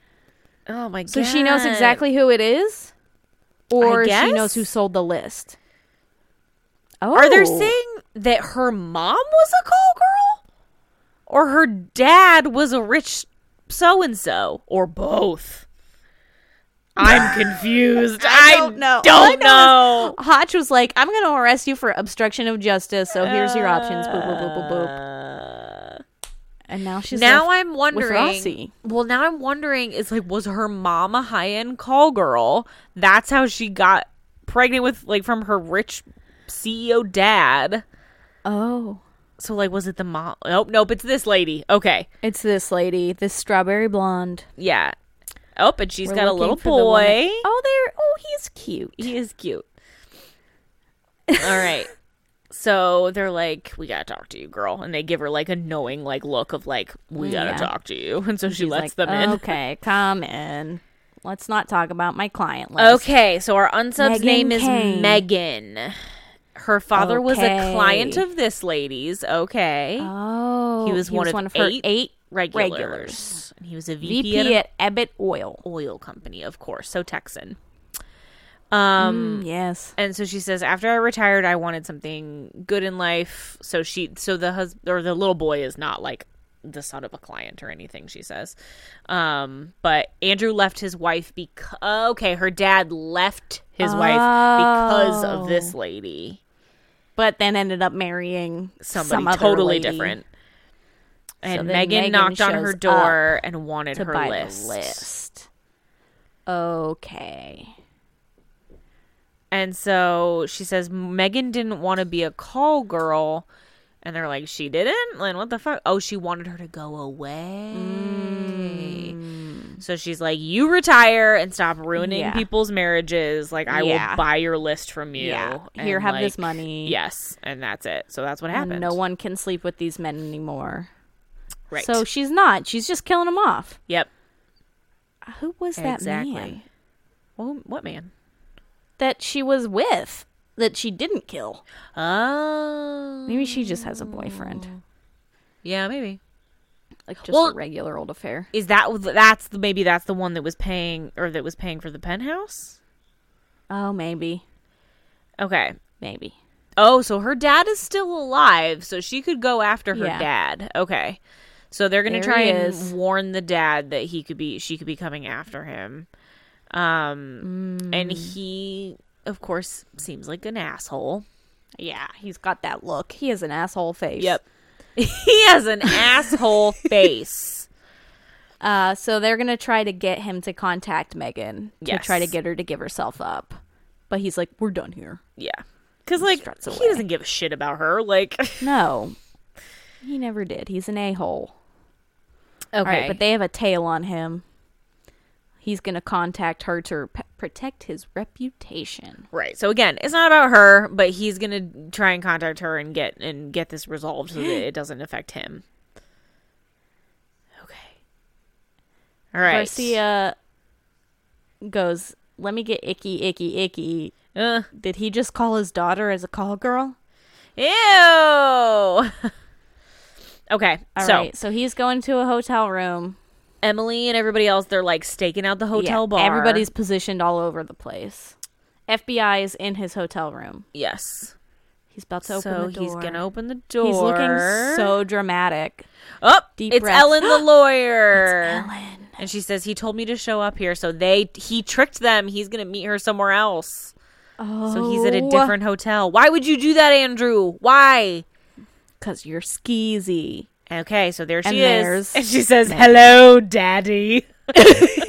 oh my god. So she knows exactly who it is or she knows guess? who sold the list. Oh. Are they saying that her mom was a call girl? Or her dad was a rich so and so? Or both? <laughs> I'm confused. I don't know. All I Don't know know. Hotch was like, "I'm going to arrest you for obstruction of justice, so here's your options." Boop boop boop boop boop. Uh, And now she's now left I'm wondering. Rossi. Well, now I'm wondering is like, was her mom a high end call girl? That's how she got pregnant with, like, from her rich CEO dad. Oh, So, like, was it the mom? Nope, nope, it's this lady. Okay. it's this lady, this strawberry blonde. Yeah. Oh, but she's We're got a looking little for the one boy. that- oh, there. Oh, he's <laughs> cute. He is cute. All right. So they're like, we gotta talk to you, girl, and they give her like a knowing like look of like, we gotta Yeah. talk to you, <laughs> and so she He's lets like, them in. Okay, come in. Let's not talk about my client list. Okay, so our unsub's Megan name Kane. is Megan. Her father was a client Okay. of this lady's. Okay, Oh, he was one of, her eight, eight regulars. regulars. And he was a VP, VP at an at Ebbett Oil. oil company, of course, so Texan. Mm. Um, yes. and so she says after i retired i wanted something good in life so she so the hus or the little boy is not like the son of a client or anything she says um but andrew left his wife because okay her dad left his wife because Oh. of this lady But then ended up marrying somebody some other totally lady different and then megan, Megan knocked on shows her up door and wanted to her buy list. the list. Okay. And so she says Megan didn't want to be a call girl. And they're like, she didn't? Like, what the fuck? Oh, she wanted her to go away. So she's like, you retire and stop ruining Mm. Yeah. people's marriages. Like, I Yeah. will buy your list from you. Yeah. And, Here, have this like, money. Yes. And that's it. So that's what And happened. No one can sleep with these men anymore. Right. So she's not. She's just killing them off. yep. Who was that man Exactly. Well, what man? that she was with that she didn't kill? Oh. Maybe she just has a boyfriend, Yeah, maybe. like just Well- a regular old affair. Is that that's the maybe that's the one that was paying or that was paying for the penthouse? Oh, maybe, Okay. maybe. Oh, so her dad is still alive, so she could go after her Yeah. dad. Okay. So they're gonna There try he and is. warn the dad that he could be she could be coming after him. Um and Mm. he of course seems like an asshole. Yeah, he's got that look. He has an asshole face. <laughs> he has an <laughs> asshole face. Uh, so they're gonna try to get him to contact Megan to Yes. try to get her to give herself up, but he's like, "We're done here." Yeah. Cause like struts he away. doesn't give a shit about her. Like <laughs> Okay. No, he never did. He's an a hole. All right, but they have a tail on him. He's gonna contact her to p- protect his reputation. Right. So again, it's not about her, but he's gonna try and contact her and get and get this resolved so that <gasps> it doesn't affect him. Okay. All right. Garcia goes, "Let me get icky, icky, icky." Uh, Did he just call his daughter as a call girl? ew. <laughs> okay. All right, so so. he's going to a hotel room. Emily and everybody else, they're like staking out the hotel Yeah, bar. Everybody's positioned all over the place. FBI is in his hotel room. yes. He's about to open so the door. he's gonna open the door. He's looking so dramatic. Up. deep it's breath. Ellen <gasps> the lawyer. Ellen. And she says he told me to show up here, so they he tricked them. He's gonna meet her somewhere else. Oh, So he's at a different hotel. Why would you do that, Andrew? Why? Cause you're skeezy. Okay, so there she And is. there's And she says, "Hello, <laughs> Daddy." she says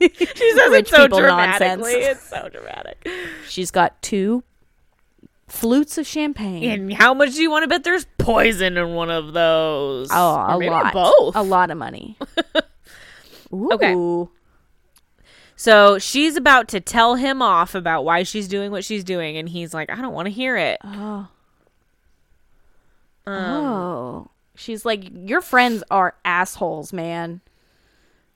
Rich it so people nonsense. dramatically. It's so dramatic. She's got two flutes of champagne. And how much do you want to bet there's poison in one of those? Oh, Or a maybe lot. Both. A lot of money. <laughs> Ooh. Okay. So she's about to tell him off about why she's doing what she's doing, and he's like, "I don't want to hear it." Oh. Um, oh. She's like, your friends are assholes, man.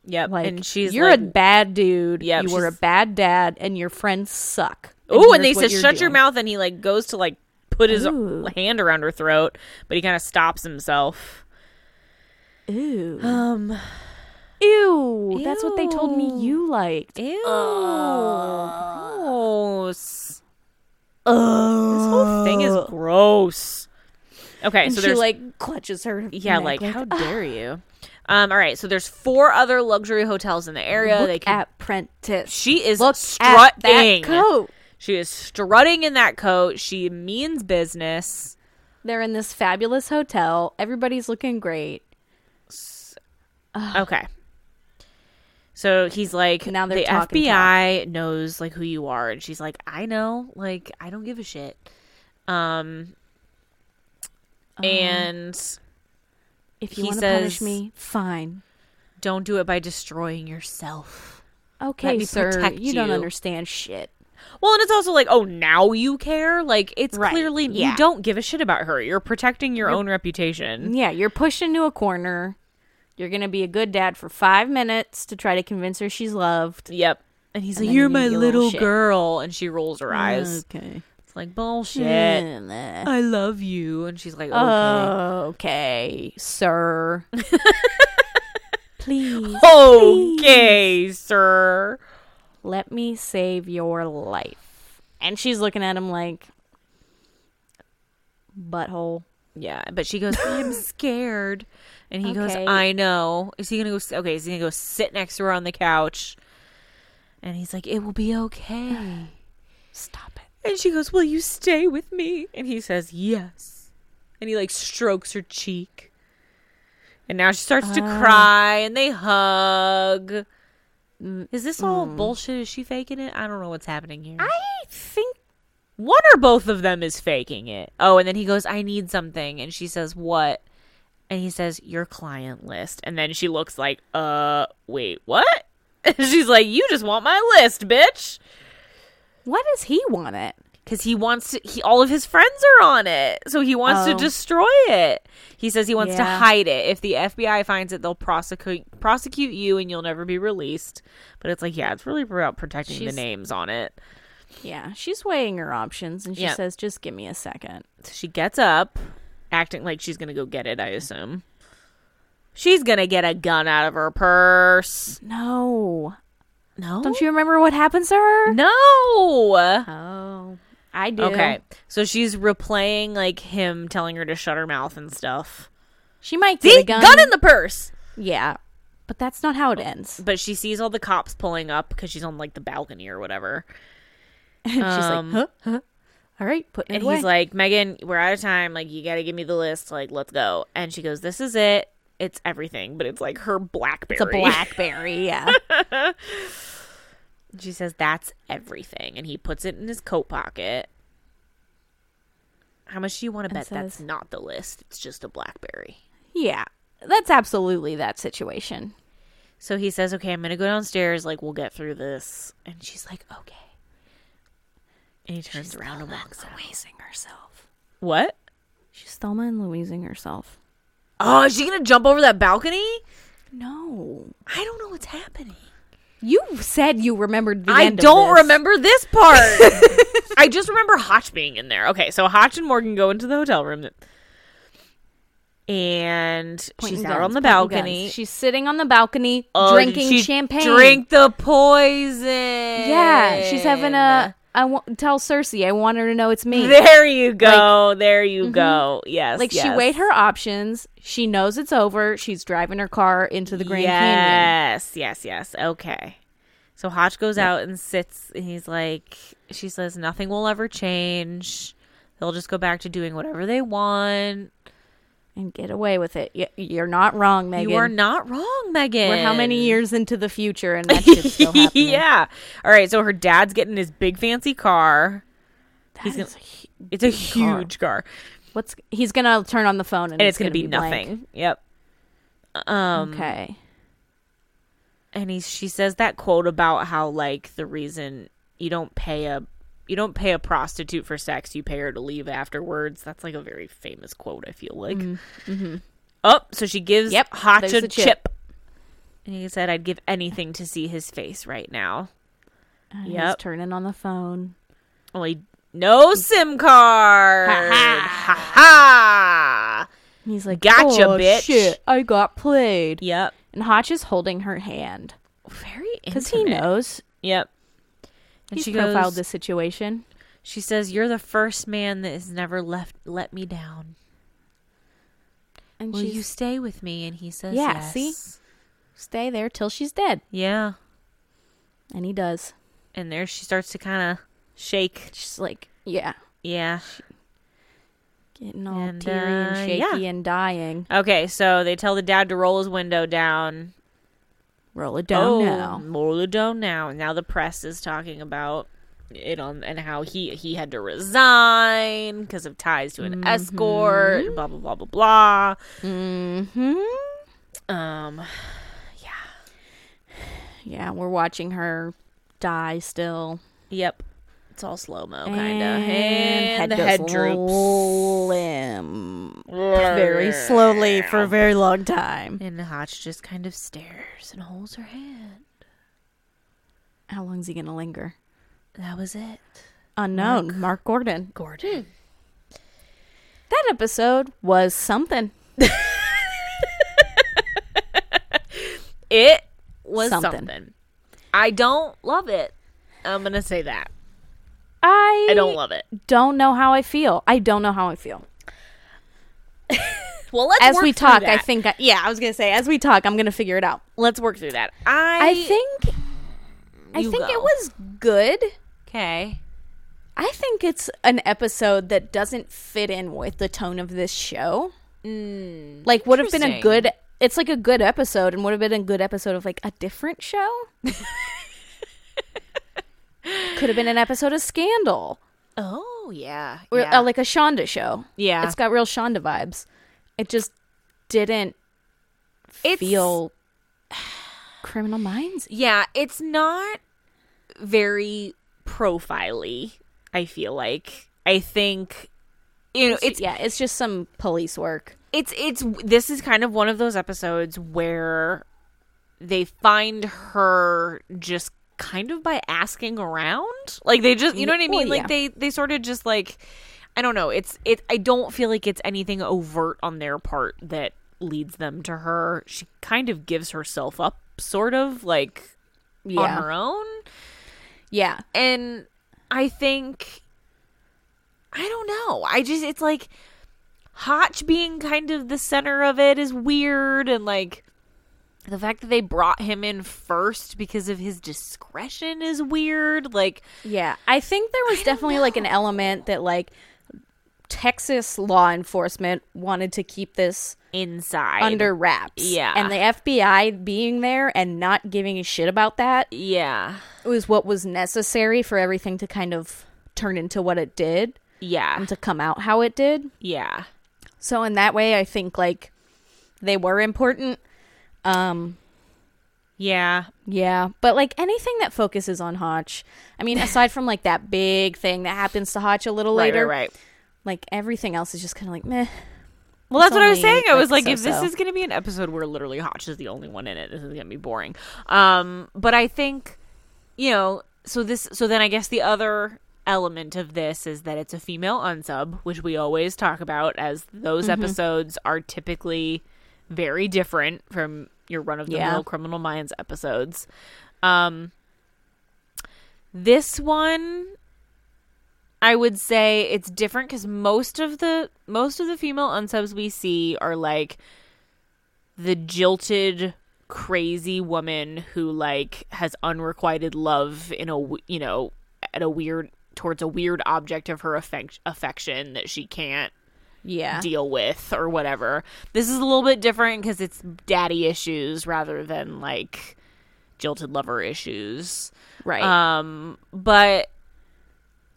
Yep. Like, and she's you're like, a bad dude. Yep, you were a she's- bad dad, and your friends suck. Oh, and they here's what said, you're "Shut your doing." mouth," and he like goes to like put his Ooh. hand around her throat, but he kind of stops himself. Ew. Um, Ew. That's what they told me you liked. ew, gross. Ugh. This whole thing is gross. Okay, And so she there's like clutches her. yeah, neck, like, <sighs> how dare you? Um, all right, so there's four other luxury hotels in the area. look they can. at Prentice. she is Look at that strutting. coat. She is strutting in that coat. She means <sighs> business. They're in this fabulous hotel. Everybody's looking great. Okay. So he's like, Now they're the talking FBI knows like who you are, and she's like, I know, like I don't give a shit. Um, Uh-huh. and If you He want to punish says- me, fine. don't do it by destroying yourself. Okay, me sir. protect You, don't you. understand shit. Well, and it's also like, oh, now you care. Like it's Right, clearly yeah. you don't give a shit about her. You're protecting your own reputation. Yeah, you're pushed into a corner. You're gonna be a good dad for five minutes to try to convince her she's loved. Yep. And he's like, then "You're you my get a little little shit. girl," and she rolls her eyes. Okay. It's like bullshit. Okay, I love you, Uh, and she's like, "Okay." okay <laughs> sir. Please. Okay, sir. let me save your life. And she's looking at him like, butthole. Yeah, but she goes, <laughs> I'm scared. And he goes, Okay. I know. Is he going to go? s- Okay, is he going to go sit next to her on the couch? And he's like, It will be <sighs> okay. Stop it. And she goes, Will you stay with me? And he says, Yes. And he like strokes her cheek. And now she starts to cry and they hug. Mm. Is this all bullshit? Is she faking it? I don't know what's happening here. I think One or both of them is faking it. Oh, and then he goes, I need something. And she says, What? And he says, Your client list. And then she looks like, Uh, wait, what? <laughs> And she's like, You just want my list, bitch. what does he want it? Because he wants to, he, all of his friends are on it. So he wants to Oh. destroy it. He says he wants to Yeah. hide it. If the FBI finds it, they'll prosecute prosecute you and you'll never be released. But it's like, yeah, it's really about protecting She's- the names on it. Yeah, she's weighing her options and she Yeah. says, "Just give me a second. So she gets up, acting like she's gonna go get it, I assume. She's gonna get a gun out of her purse. No. No. Don't you remember what happens to her? No. Oh, I do. Okay. So she's replaying like him telling her to shut her mouth and stuff. She might See? get a gun. gun in the Oh. purse. yeah, but that's not how it ends. <laughs> But she sees all the cops pulling up because she's on like the balcony or whatever. And she's Um, like, huh, huh. All right, put it And away. he's like, Megan, we're out of time. Like, you got to give me the list. Like, let's go. And she goes, This is it. It's everything. But it's like her Blackberry. it's a <laughs> blackberry. Yeah. She says, That's everything. And he puts it in his coat pocket. How much do you want to bet that's says- not the list? It's just a Blackberry. yeah. That's absolutely that situation. So he says, Okay, I'm going to go downstairs. Like, we'll get through this. And she's like, Okay. And he turns around and walks away. Louising herself. What? She's Thelma and Louising herself. Oh, is she going to jump over that balcony? No. I don't know what's happening. You said you remembered the I end of don't this. remember this <laughs> part. I just remember Hotch being in there. Okay, so Hotch and Morgan go into the hotel room. And Pointing she's out guns, on the pointing guns. balcony. She's sitting on the balcony Oh, did drinking she champagne. Drink the poison. Yeah, she's having a. I wa- tell Cersei I want her to know it's <laughs> me. There you go. there you go. Yes. mm-hmm. like she yes. weighed her options. She knows it's over. She's driving her car into the Grand Canyon. yes, Yes, yes, Okay. So Hotch goes out and sits, and he's like, she says, nothing will ever change. They'll just go back to doing whatever they want. and get away with it. Y- You're not wrong, Megan. You are not wrong, Megan. We're how <laughs> many years into the future and that shit's still happening? yeah. All right. So her dad's getting his big fancy car. That He's is- gonna, it's a huge car, what's he's gonna turn on the phone and, and it's gonna, going to be, blank. nothing. Yep. Um. Okay. And he she says that quote about how like the reason you don't pay a you don't pay a prostitute for sex, you pay her to leave afterwards. That's like a very famous quote. I feel like. Oh, so she gives Mm-hmm. Yep, Hotch there's a the chip. chip. And he said, "I'd give anything to see his face right now." And Uh, He's Yep. turning on the phone. Only no SIM card. Ha ha. He's like, Gotcha, "Oh, bitch." Shit, I got played. Yep. And Hodge is holding her hand Very because he intimate. knows Yep. And he's she goes, profiled this situation. She says, "You're the first man that has never left let me down. And Will she's you stay with me?" And he says, Yeah, yes. see? stay there till she's dead. Yeah. And he does. And there she starts to kind of shake. She's like, yeah, Yeah. getting all And, teary uh, and yeah. shaky and dying. Okay, so they tell the dad to roll his window down. Roll it down oh, now. Roll it down now. And Now the press is talking about it on and how he he had to resign because of ties to an escort. and Blah blah blah blah blah. Mm-hmm. Um, Yeah, we're watching her die still. yep. It's all slow mo, kind of. And And, the goes head droops limp very slowly for a very long time. And Hotch just kind of stares and holds her hand. How long's he gonna linger? That was it. Unknown. Mark, Gordon. Hmm. Gordon. That episode was something. It was something. Something. I don't love it. I'm gonna say that. I, I don't love it. don't know how I feel. I don't know how I feel. Well, let's As work we through talk, I that. think. I, yeah, I was gonna say as we talk, I'm gonna figure it out. let's work through that. I I think. I You think go. it was good. okay. I think it's an episode that doesn't fit in with the tone of this show. like, would have been a interesting. good. It's like a good episode, and would have been a good episode of like a <laughs> different show. Could have been an episode of Scandal Oh yeah, or yeah. uh, like a Shonda show. Yeah. it's got real Shonda vibes. It just didn't It's- feel <sighs> Criminal Minds. Yeah, it's not very profiley. I feel like I think you know it's yeah, it's just some police work. it's it's this is kind of one of those episodes where they find her just kind of by asking around like they just you know what i Well, mean yeah. like they they sort of just like i don't know it's it i don't feel like it's anything overt on their part that leads them to her she kind of gives herself up sort of like on Yeah, her own yeah. and I think I don't know. I just it's like Hotch being kind of the center of it is weird and like the fact that they brought him in first because of his discretion is weird. Like Yeah, I think there was definitely like an element that like Texas law enforcement wanted to keep this inside under wraps. Yeah. And the FBI being there and not giving a shit about that Yeah. was what was necessary for everything to kind of turn into what it did Yeah. and to come out how it did. Yeah. So in that way I think like they were important. Um Yeah. yeah, but like anything that focuses on Hotch, <laughs> I mean, aside from like that big thing that happens to Hotch a little Right, later, right, right. like everything else is just kind of like meh. Well, that's what I was only, saying. I like, was like, if this so-so. is going to be an episode where literally Hotch is the only one in it, this is going to be boring. Um, but I think, you know, so this, so then I guess the other element of this is that it's a female unsub, which we always talk about as those episodes are typically very different from your run of the mill Yeah. Criminal Minds episodes. Um, this one I would say it's different because most of the most of the female unsubs we see are like the jilted crazy woman who like has unrequited love in a w- you know at a weird towards a weird object of her affec- affection that she can't Yeah. deal with or whatever. This is a little bit different because it's daddy issues rather than like jilted lover issues. right. Um, but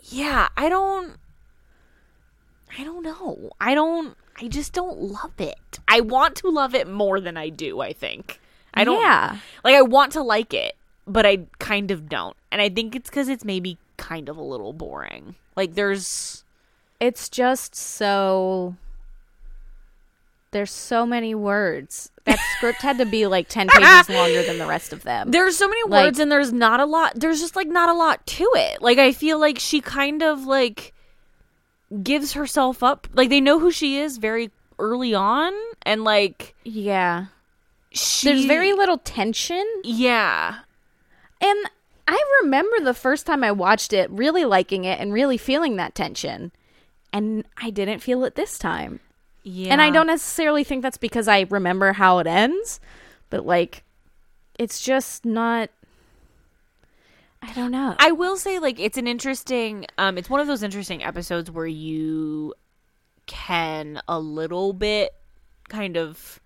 yeah, I don't, I don't know. I don't. I just don't love it. I want to love it more than I do. I think. I don't. Yeah. Like I want to like it, but I kind of don't, and I think it's because it's maybe kind of a little boring. Like there's. It's just so there's so many words. That script had to be <laughs> like 10 pages longer than the rest of them. There's so many Like- words and there's not a lot. There's just like not a lot to it. Like I feel like she kind of like gives herself up. Like they know who she is very early on and like yeah. she There's very little tension. Yeah. And I remember the first time I watched it really liking it and really feeling that tension. And I didn't feel it this time. Yeah. And I don't necessarily think that's because I remember how it ends, but like it's just not I don't know. I will say like it's an interesting um it's one of those interesting episodes where you can a little bit kind of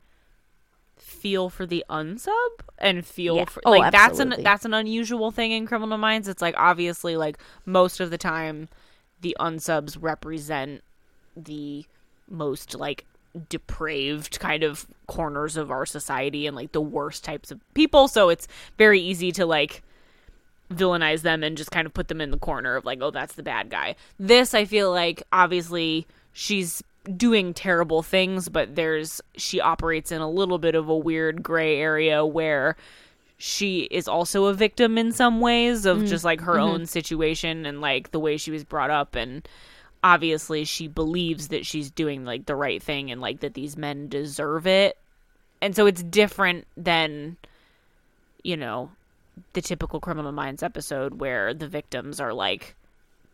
feel for the unsub and feel Yeah. for Oh, like that's an absolutely. that's an unusual thing in criminal minds it's like obviously like most of the time the unsubs represent the most like depraved kind of corners of our society and like the worst types of people so it's very easy to like villainize them and just kind of put them in the corner of like, oh, that's the bad guy. This, I feel like, obviously, she's doing terrible things, but there's she operates in a little bit of a weird gray area where she is also a victim in some ways of just like her own situation and like the way she was brought up and obviously she believes that she's doing like the right thing and like that these men deserve it and so it's different than you know the typical criminal minds episode where the victims are like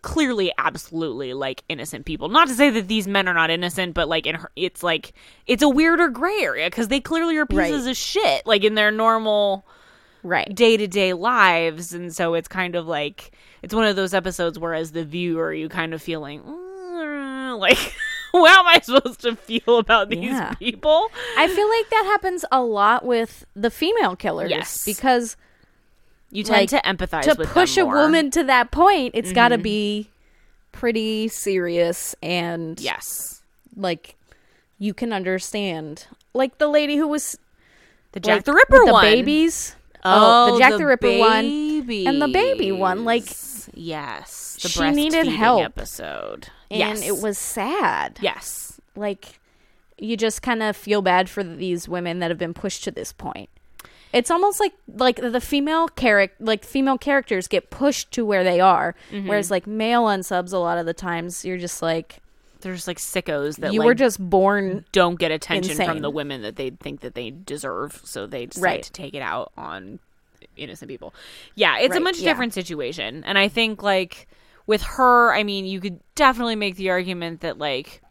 clearly absolutely like innocent people not to say that these men are not innocent but like in her, it's like it's a weirder gray area because they clearly are pieces Right. of shit like in their normal Right. day to day lives. And so it's kind of like, it's one of those episodes where, as the viewer, you kind of feeling "Mm, <laughs> like, how am I supposed to feel about these Yeah. people? I feel like that happens a lot with the female killers Yes. because You tend to Like, empathize to with them push a more. Mm-hmm. woman to that point, it's got to be pretty serious and Yes. like you can understand. Like the lady who was The Jack like, the with Ripper the one. babies. Oh, the Jack the, Ripper one. babies. and the baby one, like- yes, the She needed breastfeeding help. episode. And yes, it was sad. yes, Like you just kind of feel bad for these women that have been pushed to this point. It's almost like like the female character like female characters get pushed to where they are, Mm-hmm. whereas like male unsubs a lot of the times you're just like there's like sickos that you like, were just born don't get attention from Insane. the women that they think that they deserve, so they decide Right. to take it out on innocent people. Yeah, it's a Right, much yeah. different situation, and I think like with her, I mean, you could definitely make the argument that like,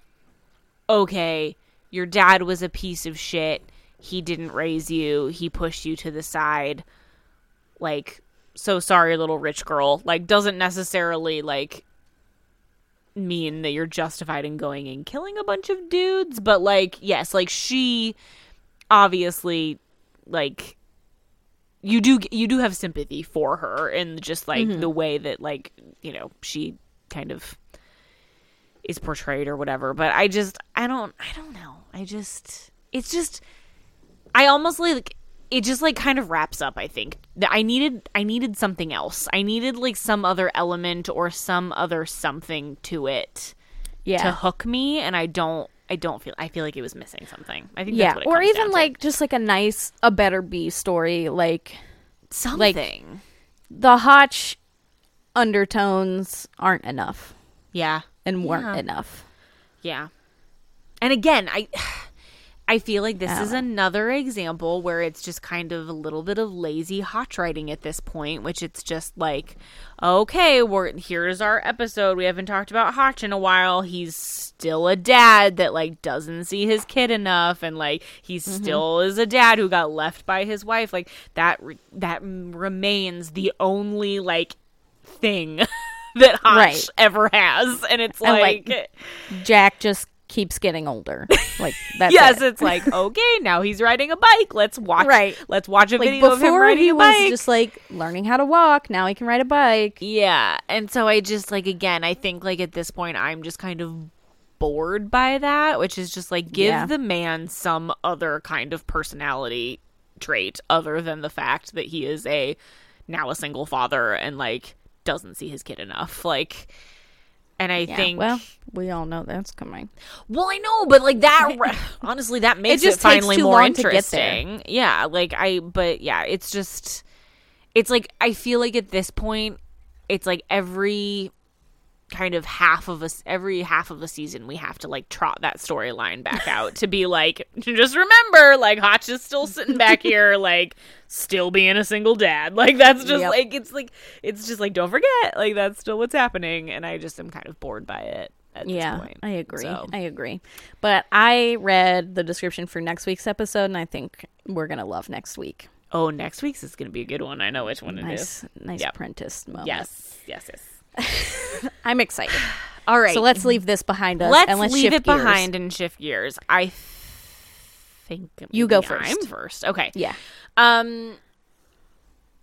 okay, your dad was a piece of shit. He didn't raise you. He pushed you to the side. Like, so sorry, little rich girl. Like, doesn't necessarily like mean that you're justified in going and killing a bunch of dudes, but like, yes, like she obviously like you do you do have sympathy for her and just like Mm-hmm. the way that like, you know, she kind of is portrayed or whatever, but I just I don't I don't know. I just it's just I almost like it just like kind of wraps up I think. That I needed I needed something else. I needed like some other element or some other something to it yeah. to hook me and I don't I don't feel I feel like it was missing something. I think yeah, that's what it or comes down even to. like just like a nice a better B story like something. the Hotch undertones aren't enough yeah. and weren't Yeah. enough. Yeah. And again, I <sighs> I feel like this I is another example where it's just kind of a little bit of lazy hotch writing at this point, which it's just like, okay, we're here's our episode. We haven't talked about Hotch in a while. He's still a dad that like doesn't see his kid enough, and like he Mm-hmm. still is a dad who got left by his wife. Like that re- that remains the only like thing <laughs> that Hotch Right. ever has, and it's And, like. like, Jack just keeps getting older. <laughs> Like that's yes, it. it's <laughs> like okay, now he's riding a bike. Let's watch. Right. Let's watch a like video of him before riding he a was bike. just like learning how to walk. Now he can ride a bike. yeah, and so I just like again, I think like at this point, I'm just kind of bored by that, which is just like give Yeah. the man some other kind of personality trait other than the fact that he is a now a single father and like doesn't see his kid enough. Like, and I Yeah, think well, we all know that's coming. Well, I know, but like <laughs> that, honestly, that makes it, just takes finally too more long to get there. interesting. Yeah, like I, but yeah, it's just, it's like I feel like at this point, it's like every kind of half of us, every half of a season, we have to like trot that storyline <laughs> back out to be like, just remember, like Hotch is still sitting <laughs> back here, like still being a single dad. <laughs> Like that's just Yep. like it's like it's just like don't forget, like that's still what's happening, and I just am kind of bored by it. At Yeah, this point. I agree. So- I agree. But I read the description for next week's episode, and I think we're gonna love next week. Oh, next week's is going to be a good one. I know which one it is. Nice, nice Yep. apprentice moment. Yes, yes, yes. I'm <sighs> excited. All right. So let's leave this behind us. let's and let's leave shift it gears. behind and shift gears. I th- think You go maybe I'm first. first. Okay. Yeah. Um.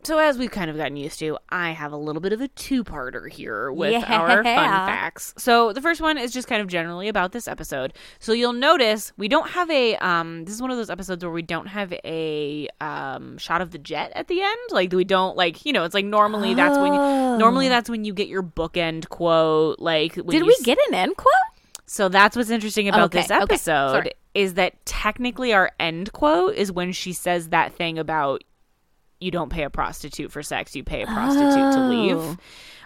So as we've kind of gotten used to, I have a little bit of a two-parter here with <laughs> our fun Yeah. facts. So the first one is just kind of generally about this episode. So you'll notice we don't have a um this is one of those episodes where we don't have a um shot of the jet at the end. Like we don't like, you know, it's like normally that's when you, normally that's when you get your bookend quote like when Oh. Did you we s- get an end quote? <laughs> so that's what's interesting about Okay, this okay, episode sorry. is that technically our end quote is when she says that thing about you don't pay a prostitute for sex, you pay a prostitute to Oh. leave.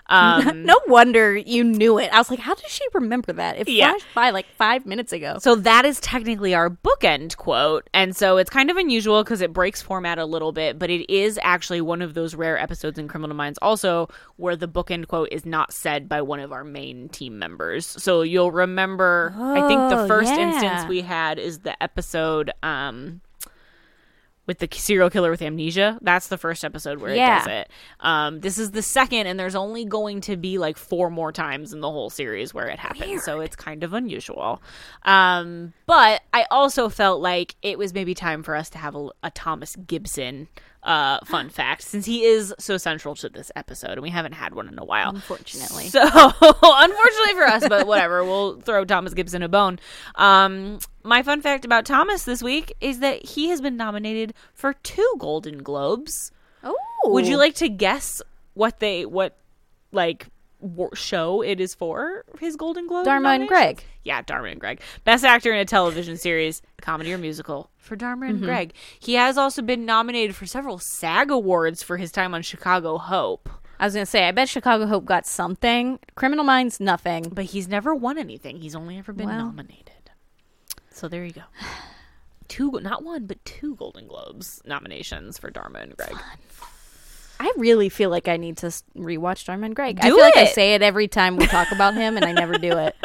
Um, no wonder you knew it. I was like, how does she remember that? It Yeah. flashed by like five minutes ago. So that is technically our bookend quote. And so it's kind of unusual because it breaks format a little bit, but it is actually one of those rare episodes in Criminal Minds also where the bookend quote is not said by one of our main team members. So you'll remember, I think the Oh, first yeah. instance we had is the episode um, with the serial killer with amnesia. That's the first episode where Yeah. it does it. Um, this is the second, and there's only going to be like four more times in the whole series where it happens. So it's kind of unusual. Um, but I also felt like it was maybe time for us to have a, a Thomas Gibson uh, fun fact since he is so central to this episode, and we haven't had one in a while. Unfortunately. So <laughs> unfortunately for us, but whatever. We'll throw Thomas Gibson a bone. Um, my fun fact about Thomas this week is that he has been nominated for two Golden Globes. Oh, Would you like to guess what they what like wor- show it is for his Golden Globe? Dharma and nominations? Greg? Yeah, Dharma and Greg. Best actor in a television series, comedy or musical for Dharma Mm-hmm. and Greg. He has also been nominated for several SAG awards for his time on Chicago Hope. I was gonna say, I bet Chicago Hope got something. Criminal Minds, nothing. But he's never won anything. He's only ever been Well. nominated. So there you go. Two, not one, but two Golden Globes nominations for Dharma and Greg. I really feel like I need to s- rewatch Dharma and Greg. I Do feel like I it. say it every time we talk about him, and I never do <laughs> it.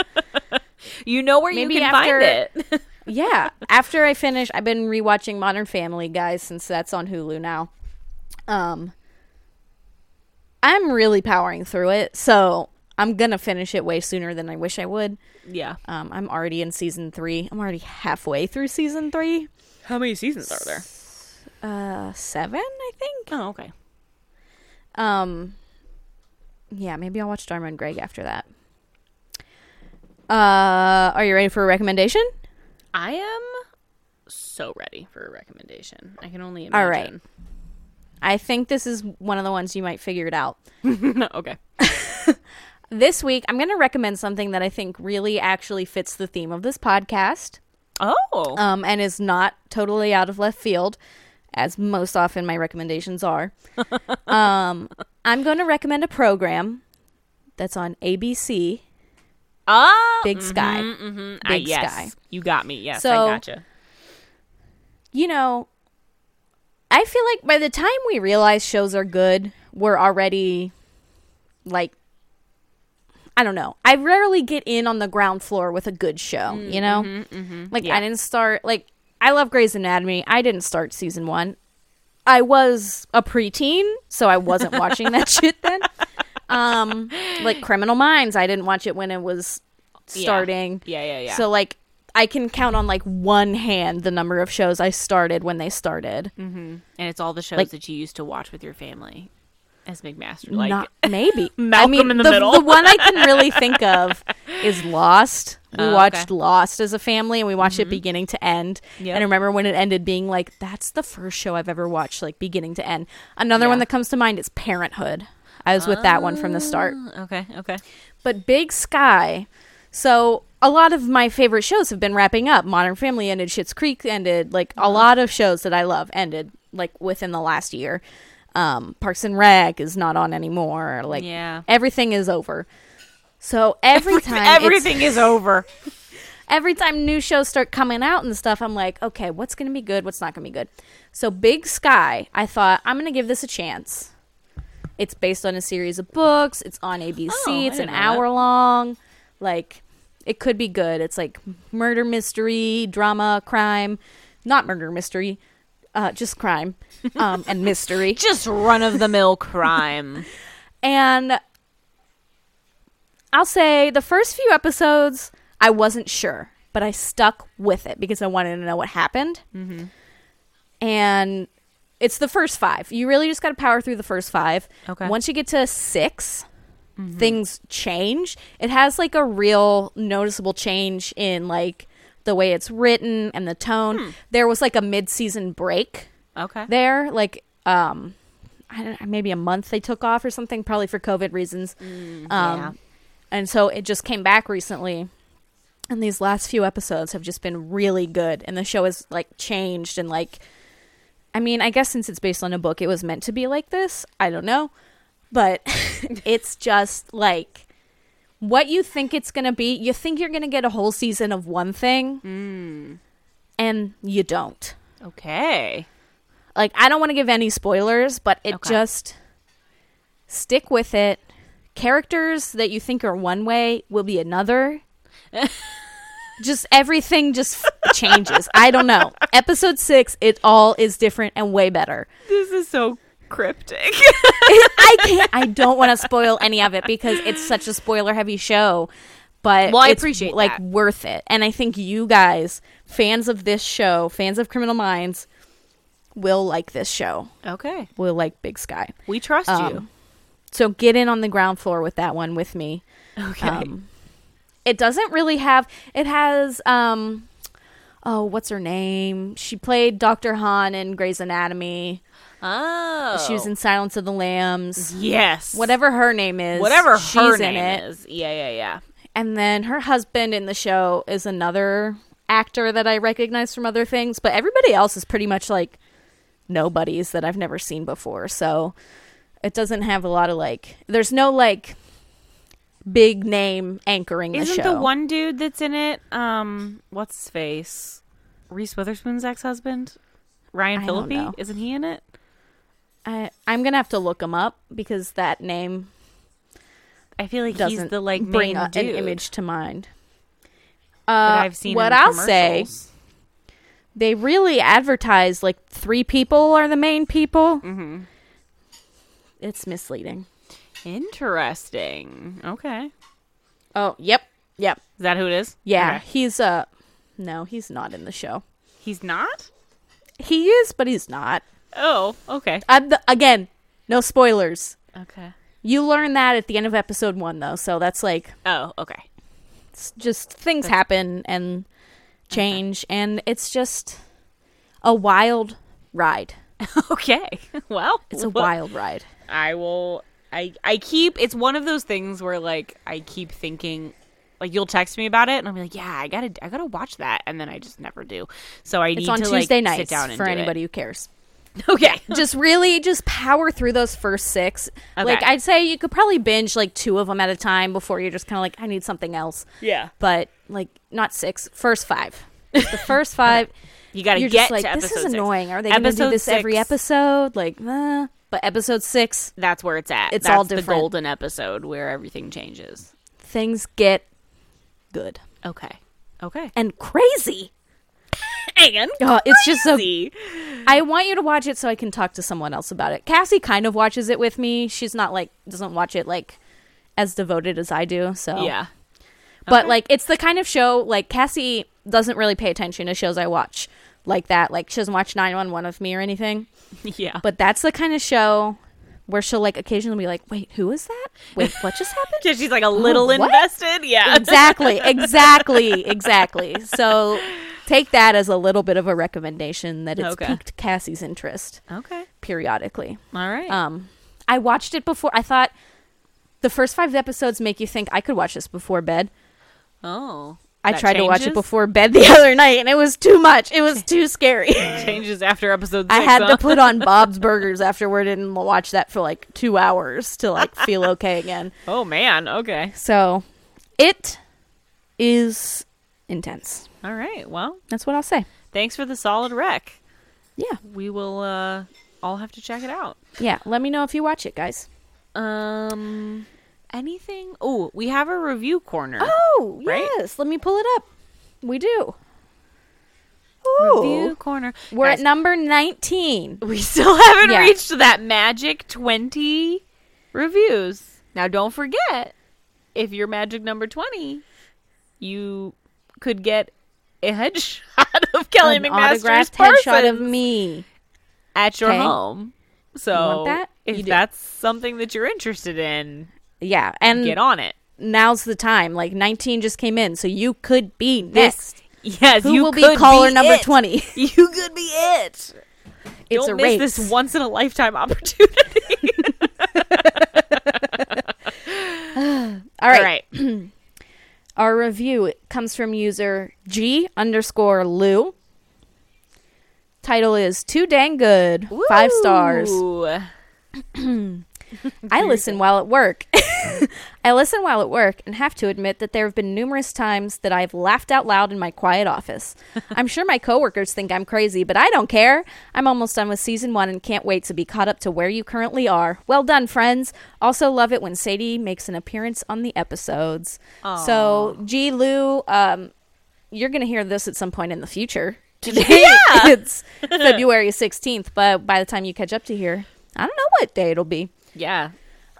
You know where Maybe you can after- find it. <laughs> yeah. After I finish, I've been rewatching Modern Family, guys, since that's on Hulu now. Um, I'm really powering through it, so I'm gonna finish it way sooner than I wish I would. yeah. Um, I'm already in season three. I'm already halfway through season three. How many seasons are there? Uh, seven, I think. Oh, okay. Um, yeah, maybe I'll watch Dharma and Greg after that. Uh, are you ready for a recommendation? I am so ready for a recommendation. I can only All imagine. I think this is one of the ones you might figure it out. <laughs> All right. okay. This week, I'm going to recommend something that I think really actually fits the theme of this podcast Oh. um, and is not totally out of left field, as most often my <laughs> recommendations are. um, I'm going to recommend a program that's on ABC, oh. Big Sky. mm-hmm. I, uh, Big yes. Sky. You got me. Yes, So- I gotcha. You know, I feel like by the time we realize shows are good, we're already like. I don't know. I rarely get in on the ground floor with a good show, you know? Like Mm, mm-hmm, Yeah. I didn't start like I love Grey's Anatomy. I didn't start season one. I was a preteen, so I wasn't <laughs> watching that shit then. Um, like Criminal Minds, I didn't watch it when it was Yeah. starting. Yeah, yeah, yeah. So like I can count on like one hand the number of shows I started when they started. Mm-hmm. and it's all the shows like- that you used to watch with your family as McMaster. Like, Not <laughs> <laughs> maybe. Malcolm I mean, in the the Middle. the one I can <laughs> really think of is Lost. We Oh, okay. Mm-hmm. watched Lost as a family, and we watched it beginning to end. Yep. And I remember when it ended, being like, "That's the first show I've ever watched, like beginning to end." Another one Yeah. that comes to mind is Parenthood. I was with that one from the start. okay, okay. but Big Sky. So a lot of my favorite shows have been wrapping up. Modern Family ended, Schitt's Creek ended, like Uh-huh. a lot of shows that I love ended like within the last year. Um, Parks and Rec is not on anymore. Like Yeah. everything is over. So every time it's- Everything is over. every time new shows start coming out and stuff, I'm like, okay, what's gonna be good? What's not gonna be good? So Big Sky, I thought I'm gonna give this a chance. It's based on a series of books. It's on ABC. Oh, I it's an didn't know that. hour long. Like, it could be good. It's like murder mystery, drama, crime, not murder mystery, uh, just crime um, and mystery. Just run of the mill crime. And I'll say the first few episodes, I wasn't sure, but I stuck with it because I wanted to know what happened. Mm-hmm. And it's the first five. You really just got to power through the first five. Okay. Once you get to 6 things change. It has like a real noticeable change in like the way it's written and the tone. There was like a mid-season break <laughs> Okay. there like um I don't, maybe a month they took off or something probably for covid reasons um Mm, yeah. and so it just came back recently and these last few episodes have just been really good and the show has like changed and like i mean i guess since it's based on a book it was meant to be like this i don't know but <laughs> it's just like what you think it's going to be. You think you're going to get a whole season of one thing, Mm. and you don't. Okay. Like, I don't want to give any spoilers, but it Okay. just stick with it. Characters that you think are one way will <laughs> be another. just everything just f- changes. I don't know. Episode six, it all is different and way better. <laughs> This is so cryptic. I can't. I don't want to spoil any of it because it's such a spoiler heavy show. But Well, I it's, appreciate like that. worth it, and I think you guys, fans of this show, fans of Criminal Minds, will like this show. okay. Will like Big Sky. We trust Um, So get in on the ground floor with that one with me. you. <laughs> Okay. Um, it doesn't really have. It has. um Oh, what's her name? She played Dr. Han in Grey's Anatomy. oh. She was in Silence of the Lambs. Yes. Whatever her name is. Whatever she's her in name it. is. Yeah, yeah, yeah. And then her husband in the show is another actor that I recognize from other things, but everybody else is pretty much like nobodies that I've never seen before. So it doesn't have a lot of like there's no like big name anchoring the Isn't show. the one dude that's in it? Um, what's his face? Reese Witherspoon's ex-husband, Ryan I don't know. Phillippe. Isn't he in it? I I'm going to have to look him up because that name I feel like doesn't he's the like bring main a- dude an image to mind. that Uh, I've seen. what in I'll say, commercials. they really advertise like three people are the main people. Mm-hmm. It's misleading. Interesting. Okay, is Oh, yep. Yep. that who it is? Yeah. Okay. He's uh no, he's not in the show. he's not. He is, but he's not. Oh, okay, I'm the, again, no spoilers. okay. You learn that at the end of episode 1 though. So that's like Oh, okay. <laughs> it's just things happen and change and it's just a wild ride. Okay. Well, It's a well, wild ride. I will. I I keep. It's one of those things where like I keep thinking, like you'll text me about it, and I'll be like, yeah, I gotta I gotta watch that, and then I just never do. So I need It's on to Tuesday like, sit nights down and for do <laughs> anybody who cares. It. Okay. just really just power through those first six. Okay. Like I'd say you could probably binge like two of them at a time before you're just kind of like I need something else. Yeah. But like not six, first five. The <laughs> first five. You gotta you're get just like to this episode is six. annoying. Are they going to do Episode this every six, episode? Like, uh, but episode six That's where it's at. It's That's all The different. golden episode where everything changes. things get good Okay. Okay. and crazy. And <laughs> Oh, it's just so. see, I want you to watch it so I can talk to someone else about it. Cassie kind of watches it with me. She's not like doesn't watch it like as devoted as I do. So yeah. But Okay. like it's the kind of show like Cassie doesn't really pay attention to shows I watch like that. Like she doesn't watch 911 with me or anything. <laughs> <laughs> Yeah. But that's the kind of show where she'll like occasionally be like, "Wait, who is that? Wait, what just <laughs> happened?" Because she's like a little what? invested. Yeah. <laughs> exactly. Exactly. Exactly. So take that as a little bit of a recommendation that it's Okay. piqued Cassie's interest Okay. periodically. All right. Um, I watched it before. I thought the first five episodes make you think I could watch this before bed. oh. I That tried to watch it changes? before bed the <laughs> other night, and it was too much. It <laughs> was too scary. Changes after episode six. I had huh? to put <laughs> on Bob's Burgers afterward and watch that for like two hours to like <laughs> feel okay again. Oh man. Okay. So, it is intense. All right. Well, That's what I'll say. thanks for the solid rec. Yeah, We will uh all have to check it out. yeah. Let me know if you watch it, guys. Um anything? Oh, we have a review corner. Oh Right? yes, let me pull it up. We do. Oh! Review corner. We're Guys, at number nineteen. we still <laughs> haven't Yeah. reached that magic 20 reviews. Now don't forget if you're magic number 20, you could get a headshot <laughs> of Kelly An McMaster's autographed person headshot of me. at your Okay. home. So want that? if You do. that's something that you're interested in, Yeah, and get on it. now's the time. Like 19 just came in, so you could be next. Yes, Who you will be could caller be number it. 20? <laughs> You could be it. <laughs> It's Don't a race. miss this once in a lifetime <laughs> opportunity. All All right. right. Our review comes from user G underscore Lou. Title is Too Dang Good. Five stars. Ooh. I listen while at work. <laughs> I listen while at work and have to admit that there have been numerous times that I've laughed out loud in my quiet office. I'm sure my coworkers think I'm crazy, but I don't care. I'm almost done with season one and can't wait to be caught up to where you currently are. Well done, friends. Also love it when Sadie makes an appearance on the episodes. So, G. Lou, um, you're going to hear this at some point in the future. Today <laughs> it's February 16th, but by the time you catch up to here, I don't know what day it'll be. Yeah.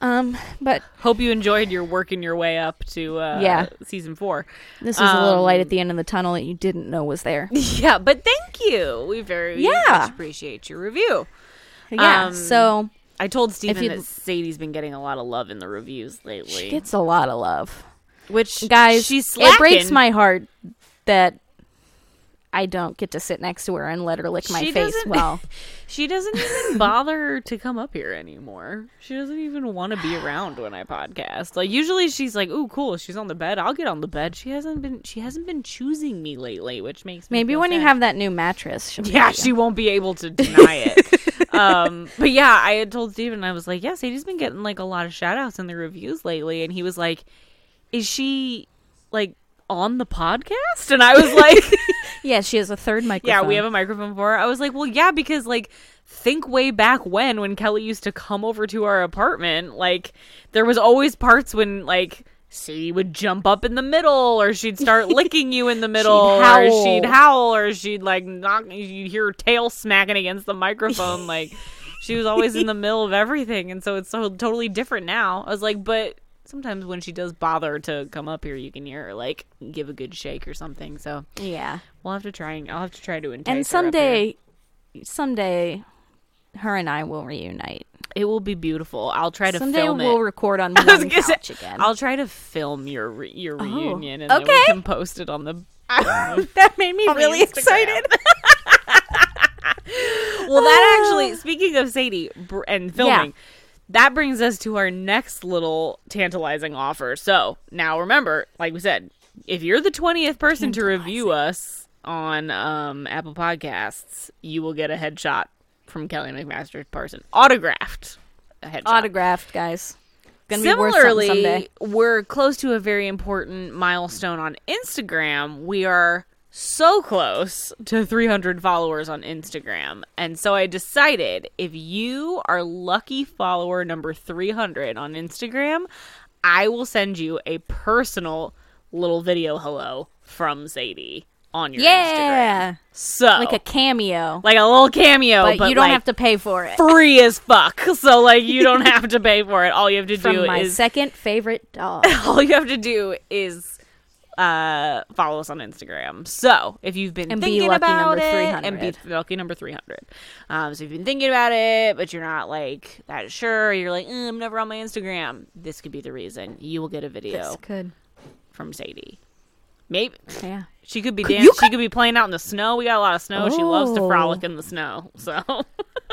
Um, but Hope you enjoyed your working your way up to uh, Yeah. season four. this was a little Um, light at the end of the tunnel that you didn't know <laughs> was there. <laughs> Yeah, but thank you. We very Yeah. much appreciate your review. Yeah. Um, so I told Steven you'd- that Sadie's been getting a lot of love in the reviews lately. she gets a lot of love, which guys. she's it breaks slacking. my heart that I don't get to sit next to her and let her lick my She face. doesn't- Well, <laughs> She doesn't even bother to come up here anymore. She doesn't even want to be around when I podcast. Like usually she's like, "Ooh, cool, she's on the bed. I'll get on the bed." She hasn't been she hasn't been choosing me lately, which makes me maybe feel when you sad. have that new mattress, she'll Yeah, be- she won't be able to deny it. um, but yeah, I had told Steven, I was like, yeah, Sadie's been getting like a lot of shout outs in the reviews lately. And he was like, is she like on the podcast? And I was like, <laughs> yeah, she has a third microphone. yeah, we have a microphone for her. I was like, well, yeah, because like, think way back when, when Kelly used to come over to our apartment, like, there was always parts when like, Sadie would jump up in the middle, or she'd <laughs> start licking you in the middle, or howl. she'd howl, or she'd like knock. You'd hear her tail smacking against the <laughs> microphone. like she was always in the middle of everything, and so it's so totally different now. I was like, but sometimes when she does bother to come up here, you can hear her like give a good shake or something. So yeah, We'll have to try. And, I'll have to try to entice. her up and here. someday, someday, her and I will reunite. it will be beautiful. I'll try to Someday film we'll it. record <laughs> on I was one gonna say, couch again. Oh, I'll try to film your re- your reunion, and then okay. we can post it on the. <laughs> that made me really Instagram. excited. <laughs> Well, that <laughs> actually. Speaking of Sadie br- and filming. That brings us to our next little tantalizing offer. So now remember, like we said, if you're the 20th person to review us on um, Apple Podcasts, you will get a headshot from Kelly McMaster's person. Autographed. A headshot. Autographed, guys. Gonna be worth something Similarly, someday. we're close to a very important milestone on Instagram. We are so close to 300 followers on Instagram. And so I decided if you are lucky follower number 300 on Instagram, I will send you a personal little video hello from Sadie on your Instagram. Yeah, So like a cameo, like a little cameo, but, but, you don't like, have to pay for it. free as fuck. <laughs> So like you don't have to pay for it. All you have to do From my is second <laughs> favorite dog. all you have to do is uh, follow us on Instagram. So if you've been And be thinking lucky about number it, and be 300. lucky number three hundred. Um, so if you've been thinking about it, but you're not like that sure, you're like "Eh, I'm never on my Instagram. This could be the reason you will get a video good. from Sadie. Maybe Yeah. she could be dancing. She could be playing out in the snow. We got a lot of snow. She loves to Oh. frolic in the snow. So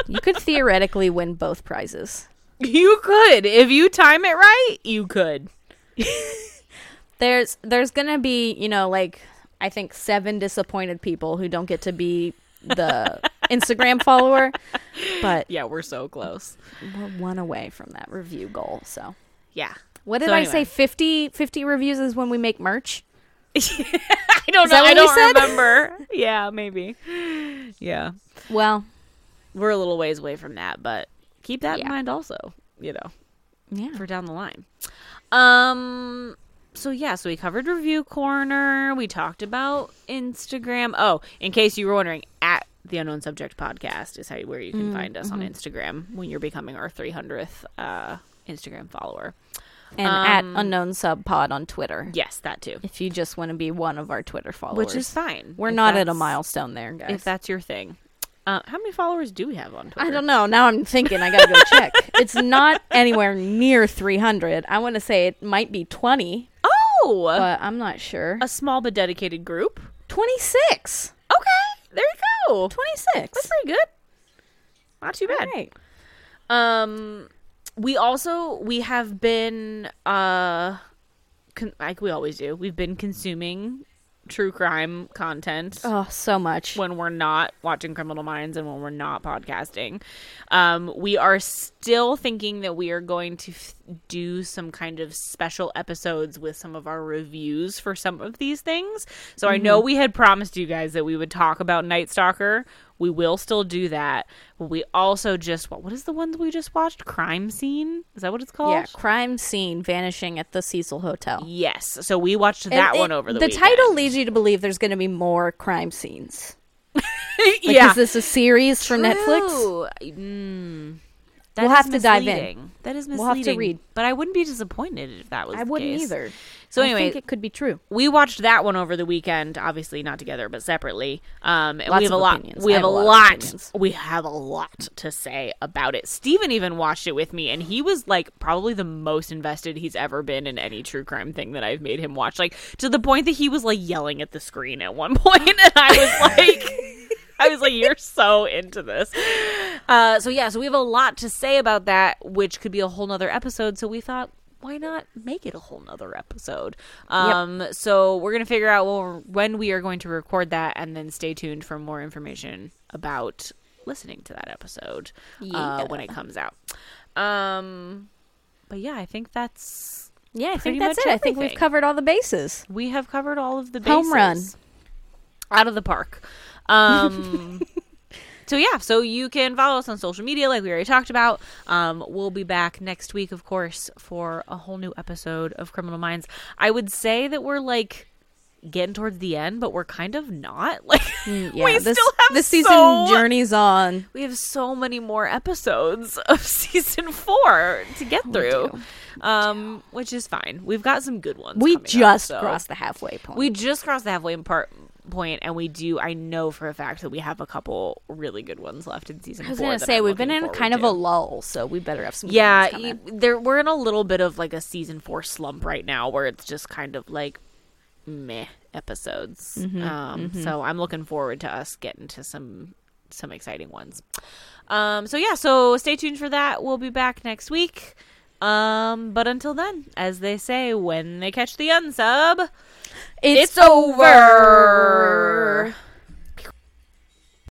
You could theoretically win both prizes. <laughs> you could, if you time it right, you could. There's there's gonna be, you know, like I think seven disappointed people who don't get to be <laughs> the Instagram follower. But Yeah, we're so close. we're one away from that review goal. So Yeah. what did So I anyway. say? 50, 50 reviews is when we make merch? I don't Is that know. I what we don't <laughs> said? remember. yeah, maybe. Yeah. Well, We're a little ways away from that, but keep that in Yeah. mind also, you know, yeah. for down the line. Um so yeah, so we covered review corner, we talked about Instagram. Oh, in case you were wondering, at the unknown subject podcast is how where you Mm, can find us on mm-hmm. Instagram when you're becoming our 300th uh Instagram follower. And at unknown sub pod on Twitter. Yes, that too. If you just want to be one of our Twitter followers. Which is fine. We're if not at a that's- milestone there, guys. If that's your thing. Uh, how many followers do we have on Twitter? I don't know. Now I'm thinking <laughs> I gotta go check. It's not anywhere near 300. I want to say it might be 20, Oh, but I'm not sure. a small but dedicated group. 26. Okay, there you go. 26. Pretty good. Not too bad. Right. Um, we also we have been uh, con- like we always do. We've been consuming true crime content Oh, so much. when we're not watching Criminal Minds and when we're not podcasting. Um, we are still thinking that we are going to f- do some kind of special episodes with some of our reviews for some of these things. So I Mm-hmm. know we had promised you guys that we would talk about Night Stalker. We will still do that. But we also just what what is the one that we just watched? Crime Scene? Is that what it's called? Yeah, crime scene vanishing at the Cecil Hotel. Yes. So we watched that It- one it- over the The weekend. title leads you to believe there's going to be more crime scenes. Like, yeah. Is this a series from Netflix? True. Mm. That We'll is have to dive in. misleading. That is misleading. We'll have to read. But I wouldn't be disappointed if that was. I the wouldn't case. either. So I anyway, think it could be true. we watched that one over the weekend. Obviously not together, but separately. Um, and Lots we have of a lot. opinions. We I have, have a a lot of lot. opinions. we have a lot to say about it. Steven even watched it with me, and he was like probably the most invested he's ever been in any true crime thing that I've made him watch. Like to the point that he was like yelling at the screen at one <laughs> point, and I was like. <laughs> I was like, you're so into this. Uh, so, yeah, so we have a lot to say about that, which could be a whole nother episode. So, we thought, why not make it a whole nother episode? Um, So, we're going to figure out when- when we are going to record that and then stay tuned for more information about listening to that episode uh, Yeah. when it comes out. Um, but, yeah, I think that's. Yeah, I pretty think that's much it. I think everything. we've covered all the bases. We have covered all of the bases. Home run. Out of the park. <laughs> Um So yeah, so you can follow us on social media like we already talked about. Um, we'll be back next week, of course, for a whole new episode of Criminal Minds. I would say that we're like getting towards the end, but we're kind of not. <laughs> Like Mm, Yeah, we this, still have this season so- journeys on. we have so many more episodes <laughs> of season four to get through. do. Um, which is fine. We've got some good ones. We coming up, just so- crossed the halfway point. we just crossed the halfway part point, and we do. I know for a fact that we have a couple really good ones left in season. I was four gonna that say I'm we've been looking in kind of a forward to. lull, so we better have some. good ones yeah. coming. You, there, we're in a little bit of like a season four slump right now, where it's just kind of like meh episodes. Mm-hmm, um, So I'm looking forward to us getting to some some exciting ones. Um, so yeah, so stay tuned for that. We'll be back next week. Um, but until then, as they say, when they catch the unsub. It's over.